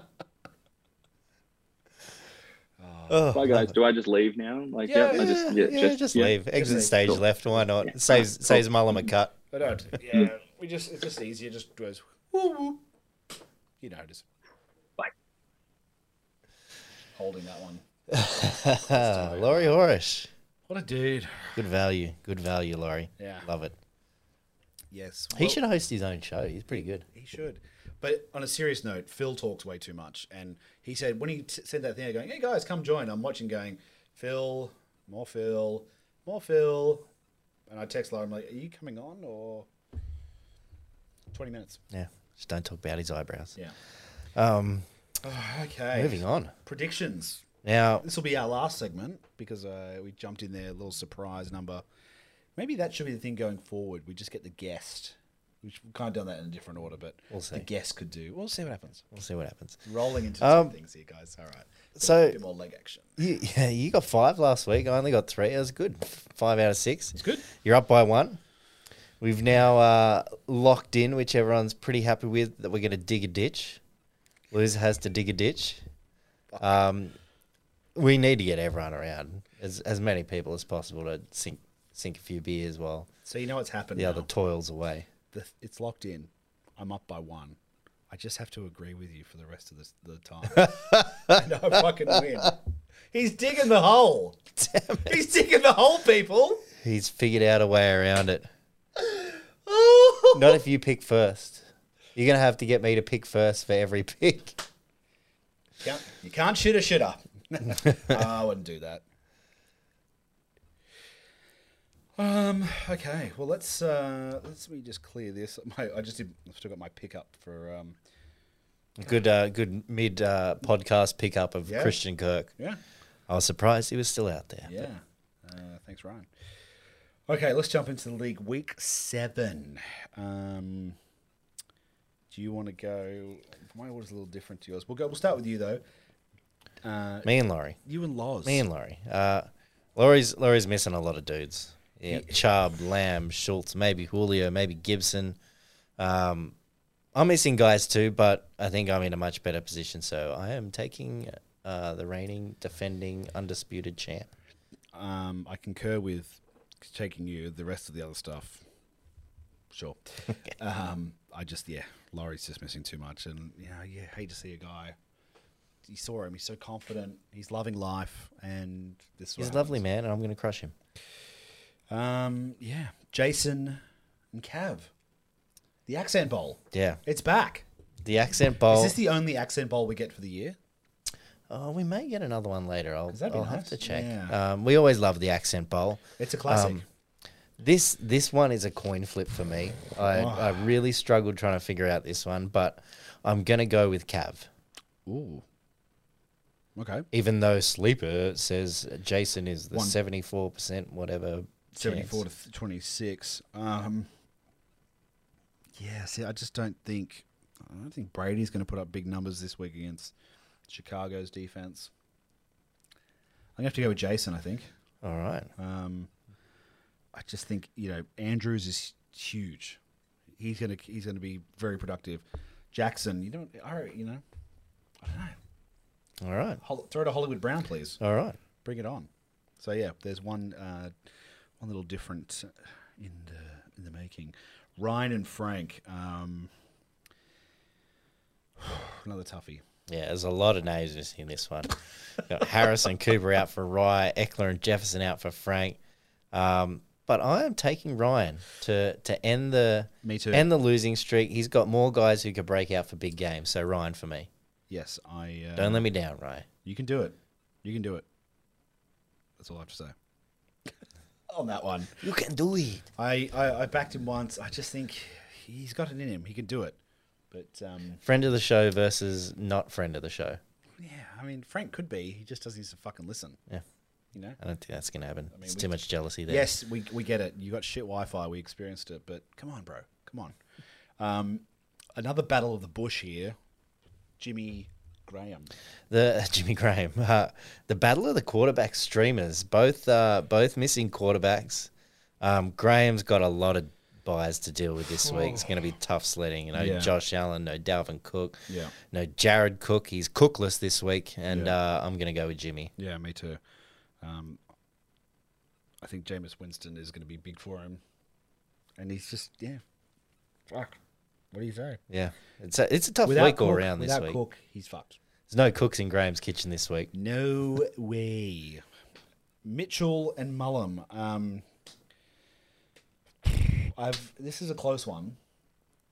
D: <laughs> Bye,
A: Oh,
D: guys. Do I just leave now? Like, yeah, I just, yeah,
A: Eh, yeah,
D: just, yeah.
A: leave. Exit stage
D: Cool.
A: left. Why not? Saves saves Mullum a
D: <laughs>
A: cut.
B: I don't. uh, Yeah, we just it's just easier. Just goes. Woo, woo. You know, just
D: Bye.
B: holding that one.
A: Laurie Horish.
B: What a dude.
A: Good value. Good value, Laurie.
B: Yeah.
A: Love it.
B: Yes,
A: He
B: well,
A: should host his own show. He's pretty good.
B: He should. But on a serious note, Phil talks way too much, and he said when he t- sent that thing, out going, "Hey guys, come join." I'm watching, going, "Phil, more Phil, more Phil," and I text Laura, I'm like, "Are you coming on or?" Twenty minutes.
A: Yeah. Just don't talk about his eyebrows.
B: Yeah.
A: Um,
B: Oh, Okay.
A: moving on.
B: Predictions.
A: Now,
B: This will be our last segment because uh, we jumped in there, a little surprise number. Maybe that should be the thing going forward. We just get the guest. We've kind of done that in a different order, but
A: We'll see.
B: the guest could do. We'll see what happens.
A: we'll see what happens.
B: Rolling into
A: Um,
B: some things here, guys. All right. Bit-
A: so-
B: bit more leg action.
A: You, <laughs> yeah, you got five last week. I only got three. That was good. Five out of six. It's
B: good.
A: You're up by one. We've now uh, locked in, which everyone's pretty happy with, that we're going to dig a ditch. Liz has to dig a ditch. Um, we need to get everyone around, as, as many people as possible, to sink, sink a few beers while
B: So you know what's happened.
A: the
B: now.
A: other toils away. <laughs>
B: The- it's locked in. I'm up by one. I just have to agree with you for the rest of this, the <laughs> time. and I fucking win. He's digging the hole.
A: Damn it.
B: He's digging the hole, people.
A: He's figured out a way around it. Not if you pick first. You're going to have to get me to pick first for every <laughs> pick.
B: Can't, you can't shoot a <laughs> shitter. I wouldn't do that. Um. Okay. Well, let's uh, let's let me just clear this. <laughs> My, I just did, I've still got my pickup for um.
A: Good, uh, good mid uh, podcast pickup of
B: Yeah.
A: Christian Kirk.
B: Yeah.
A: I was surprised he was still out there.
B: Yeah. Uh, thanks, Ryan. Okay, let's jump into the league week seven. Um, do you want to go? My order's a little different to yours. We'll go. We'll start with you though. Uh,
A: Me and Laurie.
B: you and Loz.
A: Me and Laurie. Uh, Laurie's Laurie's missing a lot of dudes. Yeah, Chubb, Lamb, Schultz, maybe Julio, maybe Gibson. Um, I'm missing guys too, but I think I'm in a much better position. So I am taking uh, the reigning, defending, undisputed champ.
B: Um, I concur with taking you. The rest of the other stuff,
A: <laughs>
B: sure. um, I just yeah, Laurie's just missing too much, and you know, you hate to see a guy. You saw him. He's so confident. He's loving life, and this. is what
A: He's a
B: happens.
A: lovely man, and I'm going to crush him.
B: Um, yeah, Jason and Cav, the accent bowl.
A: Yeah,
B: It's back.
A: the accent bowl.
B: Is this the only accent bowl we get for the year?
A: Oh, we may get another one later. I'll,
B: that'd be
A: I'll have
B: nice.
A: to check.
B: Yeah.
A: Um, we always love the accent bowl.
B: It's a classic.
A: Um, This this one is a coin flip for me. I, I really struggled trying to figure out this one, but I'm gonna go with Cav, Um,
B: Ooh. Okay.
A: even though Sleeper says Jason is the
B: One.
A: seventy four percent whatever. chance.
B: Seventy-four to twenty six. Um. Yeah. See, I just don't think. I don't think Brady's going to put up big numbers this week against Chicago's defense. I'm gonna have to go with Jason. I think.
A: All right.
B: Um, I just think you know Andrews is huge. He's gonna he's gonna be very productive. Jackson. You don't. All right, you know. I don't know.
A: All right.
B: Hol- throw it a Hollywood Brown, please.
A: All right.
B: Bring it on. So yeah, there's one uh, one little difference in the in the making. Ryan and Frank. Um, <sighs> another toughie.
A: Yeah, there's a lot of names missing in this one. Got Harris and Cooper out for Rye, Eckler and Jefferson out for Frank. Um, but I am taking Ryan to to end the
B: Me too.
A: end the losing streak. He's got more guys who could break out for big games. So Ryan for me.
B: Yes, I. Uh,
A: Don't let me down, Ryan.
B: You can do it. You can do it. That's all I have to say. <laughs> on that one.
A: You can do it.
B: I, I, I backed him once. I just think he's got it in him. He can do it. But um,
A: Friend of the show versus not friend of the show.
B: yeah, I mean, Frank could be. He just doesn't need to fucking listen.
A: Yeah,
B: You know.
A: I don't think that's gonna happen. it's
B: we-
A: too much jealousy there.
B: Yes, we we get it. You got shit Wi-Fi. We experienced it. But come on, bro. Come on. Um, another battle of the bush here. Jimmy Graham.
A: the <laughs> Jimmy Graham, uh, the battle of the quarterback streamers, both uh, both missing quarterbacks. Um, Graham's got a lot of buys to deal with this week. It's going to
B: <sighs>
A: be tough sledding. You know,
B: Yeah.
A: Josh Allen, no Dalvin Cook,
B: Yeah.
A: no Jared Cook. He's cookless this week, and uh, I'm going to go with Jimmy.
B: Yeah, me too. Um, I think Jameis Winston is going to be big for him, and he's just yeah. Fuck. What do you say?
A: Yeah, it's a, it's a tough week all around this week.
B: Cook, he's fucked.
A: There's no cooks in Graham's kitchen this week.
B: No way. Mitchell and Mullum. Um, I've this is a close one.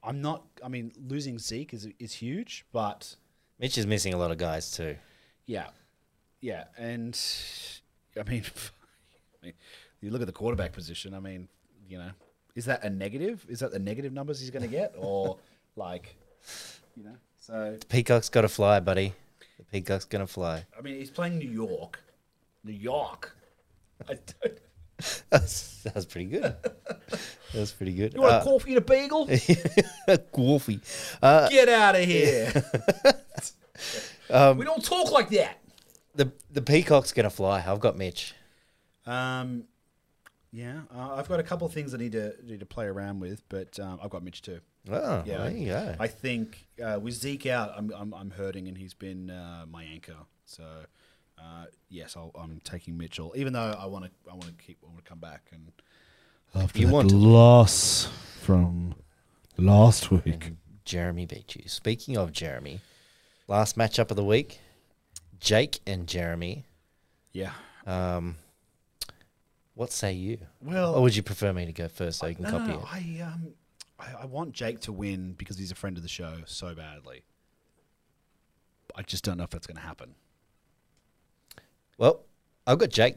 B: I'm not. I mean, losing Zeke is is huge, but
A: Mitch is missing a lot of guys too.
B: yeah, yeah, and I mean, <laughs> I mean, you look at the quarterback position. I mean, you know, is that a negative? Is that the negative numbers he's going to get, or <laughs> like, you know? So
A: The peacock's got to fly, buddy. The peacock's going to
B: <laughs>
A: fly.
B: I mean, he's playing New York, New York. <laughs> I don't.
A: that was pretty good. That was pretty good.
B: You want
A: Uh,
B: a coffee and a
A: <laughs>
B: bagel?
A: Wolfie. Uh,
B: Get out
A: <laughs>
B: of here. <laughs>
A: Um,
B: we don't talk like that.
A: the the peacock's gonna fly. I've got Mitch.
B: Um, yeah, uh, I've got a couple of things I need to need to play around with, but um, I've got Mitch too.
A: Oh,
B: Yeah,
A: there you go.
B: I think uh, with Zeke out, I'm I'm, I'm hurting, and he's been uh, my anchor. So uh, yes, I'll, I'm taking Mitchell, even though I want to I want to keep I want to come back and after
A: You that want to-
B: loss from last week.
A: Jeremy beat you. Speaking of Jeremy, last matchup of the week, Jake and Jeremy.
B: Yeah,
A: Um, what say you?
B: Well- uh,
A: or would you prefer me to go first so you can
B: No,
A: copy
B: no,
A: it?
B: I um, I, I want Jake to win because he's a friend of the show so badly. I just don't know if that's going to happen.
A: Well, I've got Jake.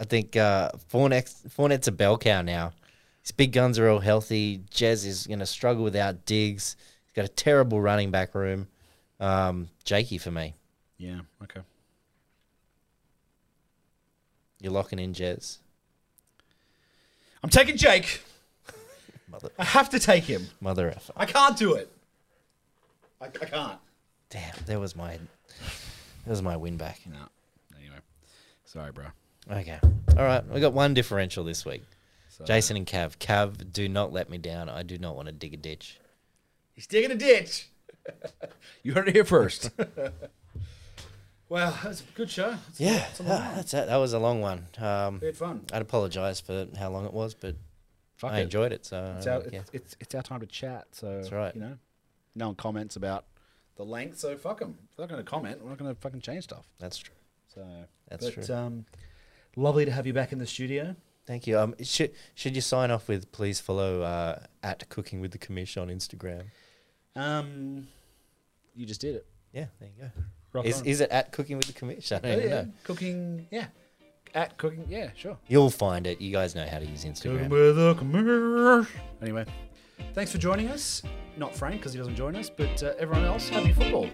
A: I think uh, Fournette's, Fournette's a bell cow now. His big guns are all healthy. Jez is going to struggle without Diggs. He's got a terrible running back room. Um, Jakey for me.
B: Yeah. Okay.
A: You're locking in Jez.
B: I'm taking Jake.
A: Mother,
B: I have to take him.
A: mother effer.
B: I can't do it. I, I can't.
A: Damn, there was my, there was my win back.
B: No. Anyway, sorry, bro.
A: Okay, all right. We got one differential this week. Jason and Cav. Cav, do not let me down. I do not want to dig a ditch.
B: He's digging a ditch.
E: You heard it here first.
B: <laughs> Well, that's a good show.
A: Yeah, Ah, that's it. That was a long one. Um,
B: We had fun.
A: I'd apologize for how long it was, but I
B: it.
A: enjoyed it. So
B: It's
A: uh,
B: our,
A: yeah.
B: it's, it's, it's our time to chat. So that's
A: right.
B: You know, no one comments about the length. So fuck them. We're not going to comment. We're not going to fucking change stuff.
A: that's true.
B: So
A: That's
B: but,
A: true.
B: Um, lovely to have you back in the studio.
A: Thank you. Um, should should you sign off with please follow uh, at Cooking with the Commish on Instagram?
B: Um, you just did it.
A: Yeah, there you go.
B: Rock
A: is
B: on.
A: is it at Cooking with the Commish? I don't
B: Oh,
A: even
B: yeah.
A: know.
B: Cooking, yeah. At cooking, yeah, sure.
A: You'll find it. You guys know how to use Instagram.
B: with a commish. Anyway, thanks for joining us. Not Frank because he doesn't join us, but uh, everyone else, happy football.